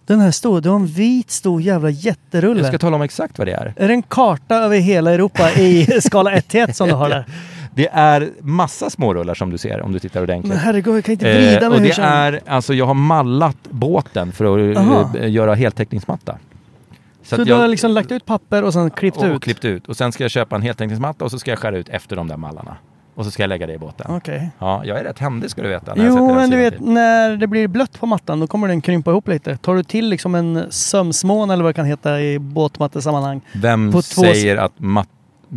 A: Den här stora, du har en vit stor jävla
C: Jag
A: jätterulle.
C: ska tala om exakt vad det är.
A: Är det en karta över hela Europa i skala 1 till 1 som du har där?
C: Det är massa små rullar som du ser om du tittar ordentligt.
A: Men herregud, jag kan inte vrida
C: Eh,
A: mig
C: och
A: hur
C: det
A: som-
C: är, alltså jag har mallat båten för att
A: Aha.
C: eh, göra heltäckningsmatta.
A: Så
C: att
A: du
C: jag-
A: har liksom lagt ut papper och sen klippt
C: och,
A: ut?
C: och klippt ut. Och sen ska jag köpa en heltäckningsmatta och så ska jag skära ut efter de där mallarna. Och så ska jag lägga det i båten.
A: Okej.
C: Ja, jag är rätt händig ska du veta. när jag sätter
A: Jo,
C: den
A: men du
C: sidan
A: vet
C: till.
A: när det blir blött på mattan då kommer den krympa ihop lite. Tar du till liksom en sömsmån eller vad det kan heta i båtmattesammanhang.
C: Vem
A: på två-
C: säger att mat-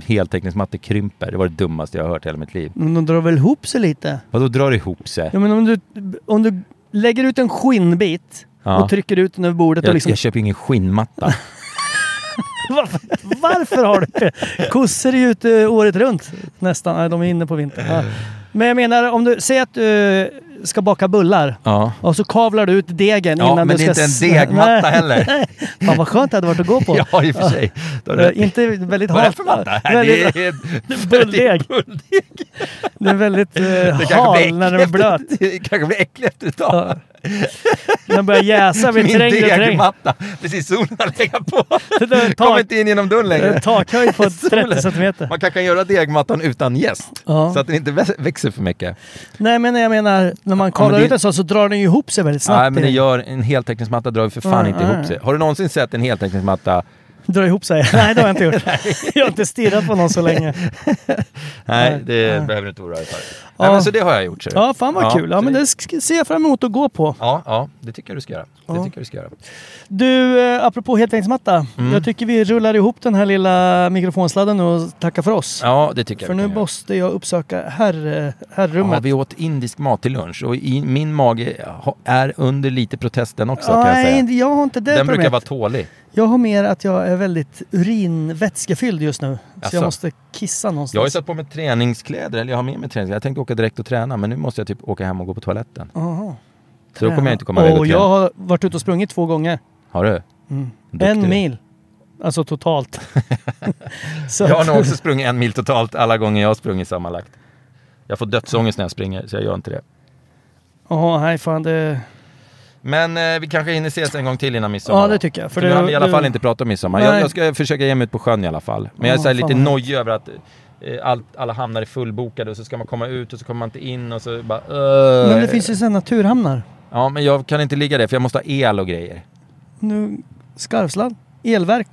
C: heltäckningsmatte krymper? Det var det dummaste jag har hört i hela mitt liv.
A: Men de drar väl ihop sig lite?
C: Vadå drar ihop sig?
A: Ja, men om du, om du lägger ut en skinnbit
C: Ja.
A: och trycker ut den över bordet och
C: Jag,
A: liksom...
C: jag köper ingen skinnmatta.
A: Varför, varför har du det? Kossor är ju ute året runt nästan. Nej, de är inne på vintern. Ja.
C: Eh.
A: Men jag menar, om du säger att du ska baka bullar
C: Ja.
A: och så kavlar du ut degen
C: Ja,
A: innan
C: men
A: du
C: det är
A: ska...
C: inte en degmatta
A: Nej.
C: heller.
A: Fan vad skönt det hade varit att gå på.
C: Ja, i och för sig. Då är det-
A: Eh, Inte väldigt
C: Vad är det
A: halt.
C: för matta? Det
A: Väldigt,
C: är
A: bulldeg. det är väldigt eh, hal när den är blöt.
C: Det kanske blir äcklig efter ett tag.
A: Ja. När den börjar jäsa blir
C: Min
A: trängre och trängre.
C: degmatta. Precis, solen har legat på.
A: Det är
C: Kommer
A: tak-
C: inte in genom dörren
A: det är
C: längre.
A: Takhöjd på 30 centimeter.
C: Man kanske kan göra degmattan utan gäst.
A: Ja.
C: Så att den inte vä- växer för mycket.
A: Nej men jag menar, när man
C: men
A: kavlar
C: det-
A: ut en sån så drar den ju ihop sig väldigt snabbt.
C: Nej, men det gör, en heltäckningsmatta drar ju för fan
A: Ja,
C: inte
A: ja,
C: ihop
A: ja.
C: sig. Har du någonsin sett en heltäckningsmatta?
A: Drar ihop sig? Nej det har jag inte gjort. jag har inte stirrat på någon så länge.
C: Nej,
A: Nej,
C: det behöver du inte oroa dig för. Nej, men så det har jag gjort. ser du.
A: Ja fan vad kul. Ja
C: så
A: men det sk- ser jag fram emot att gå på.
C: Ja, ja, det tycker jag du ska göra. Det tycker jag du ska göra.
A: Du, eh, apropå heltäckningsmatta.
C: Mm.
A: Jag tycker vi rullar ihop den här lilla mikrofonsladden nu och tackar för oss.
C: Ja, det tycker jag
A: för
C: vi
A: nu
C: kan göra.
A: måste jag uppsöka herr, eh,
C: Ja,
A: herrummet.
C: vi åt indisk mat till lunch och i min mage ha- är under lite protest den också kan jag
A: Nej,
C: säga.
A: inte- jag har inte det
C: Den brukar
A: problemet.
C: vara tålig.
A: Jag har mer att jag är väldigt urinvätskefylld just nu. Så
C: Jaså?
A: jag måste kissa någonstans.
C: Jag har ju satt på mig träningskläder, eller jag har med mig träningskläder. Jag tänkte åka direkt och träna, men nu måste jag typ åka hem och gå på toaletten.
A: Aha.
C: Så då kommer jag inte komma iväg och
A: Eh, och
C: träna.
A: jag har varit ute och sprungit två gånger.
C: Har du? Duktig du.
A: en mil. Alltså totalt. så
C: Jag har nog också sprungit en mil totalt alla gånger jag har sprungit sammanlagt. Jag får dödsångest när jag springer, så jag gör inte det.
A: Ja, nej fan det...
C: Men eh, vi kanske hinner ses en gång till innan midsommar.
A: Ja,
C: va?
A: det tycker jag, för
C: För nu
A: det-
C: har vi i alla
A: det-
C: fall inte pratat om midsommar. Jag,
A: Nej.
C: jag ska försöka ge mig ut på sjön i alla fall. Men jag är
A: Ja,
C: så här
A: fan
C: lite
A: vad härligt.
C: nojig över att eh, allt, alla hamnar är fullbokade och så ska man komma ut och så kommer man inte in och så bara... eh.
A: Men det finns ju sådana naturhamnar.
C: Ja, men jag kan inte ligga där för jag måste ha el och grejer.
A: Nu, skarvsladd, elverk.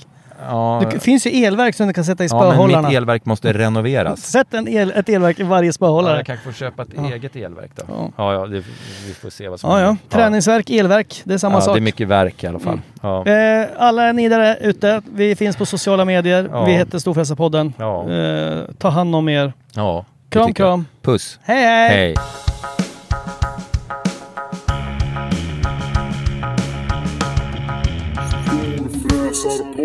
C: Ja,
A: Det finns ju elverk som du kan sätta i
C: ja men
A: spöhållarna.
C: mitt elverk måste renoveras.
A: Sätt en el, ett elverk i varje
C: Ja,
A: spöhållare.
C: jag kanske får köpa ett eget elverk då. Ja,
A: Ja.
C: ja, det, vi får se vad som
A: Ja, ja.
C: händer.
A: Träningsverk, elverk, det är samma
C: ja,
A: sak.
C: Det är mycket verk i alla fall. Ja.
A: Eh, alla ni där ute, vi finns på sociala medier.
C: Ja.
A: Vi heter Storfräsarpodden.
C: Ja.
A: Eh, ta hand om er.
C: ja, det
A: Kram,
C: tycker jag.
A: kram.
C: Puss.
A: Hej, hej!
C: Hej.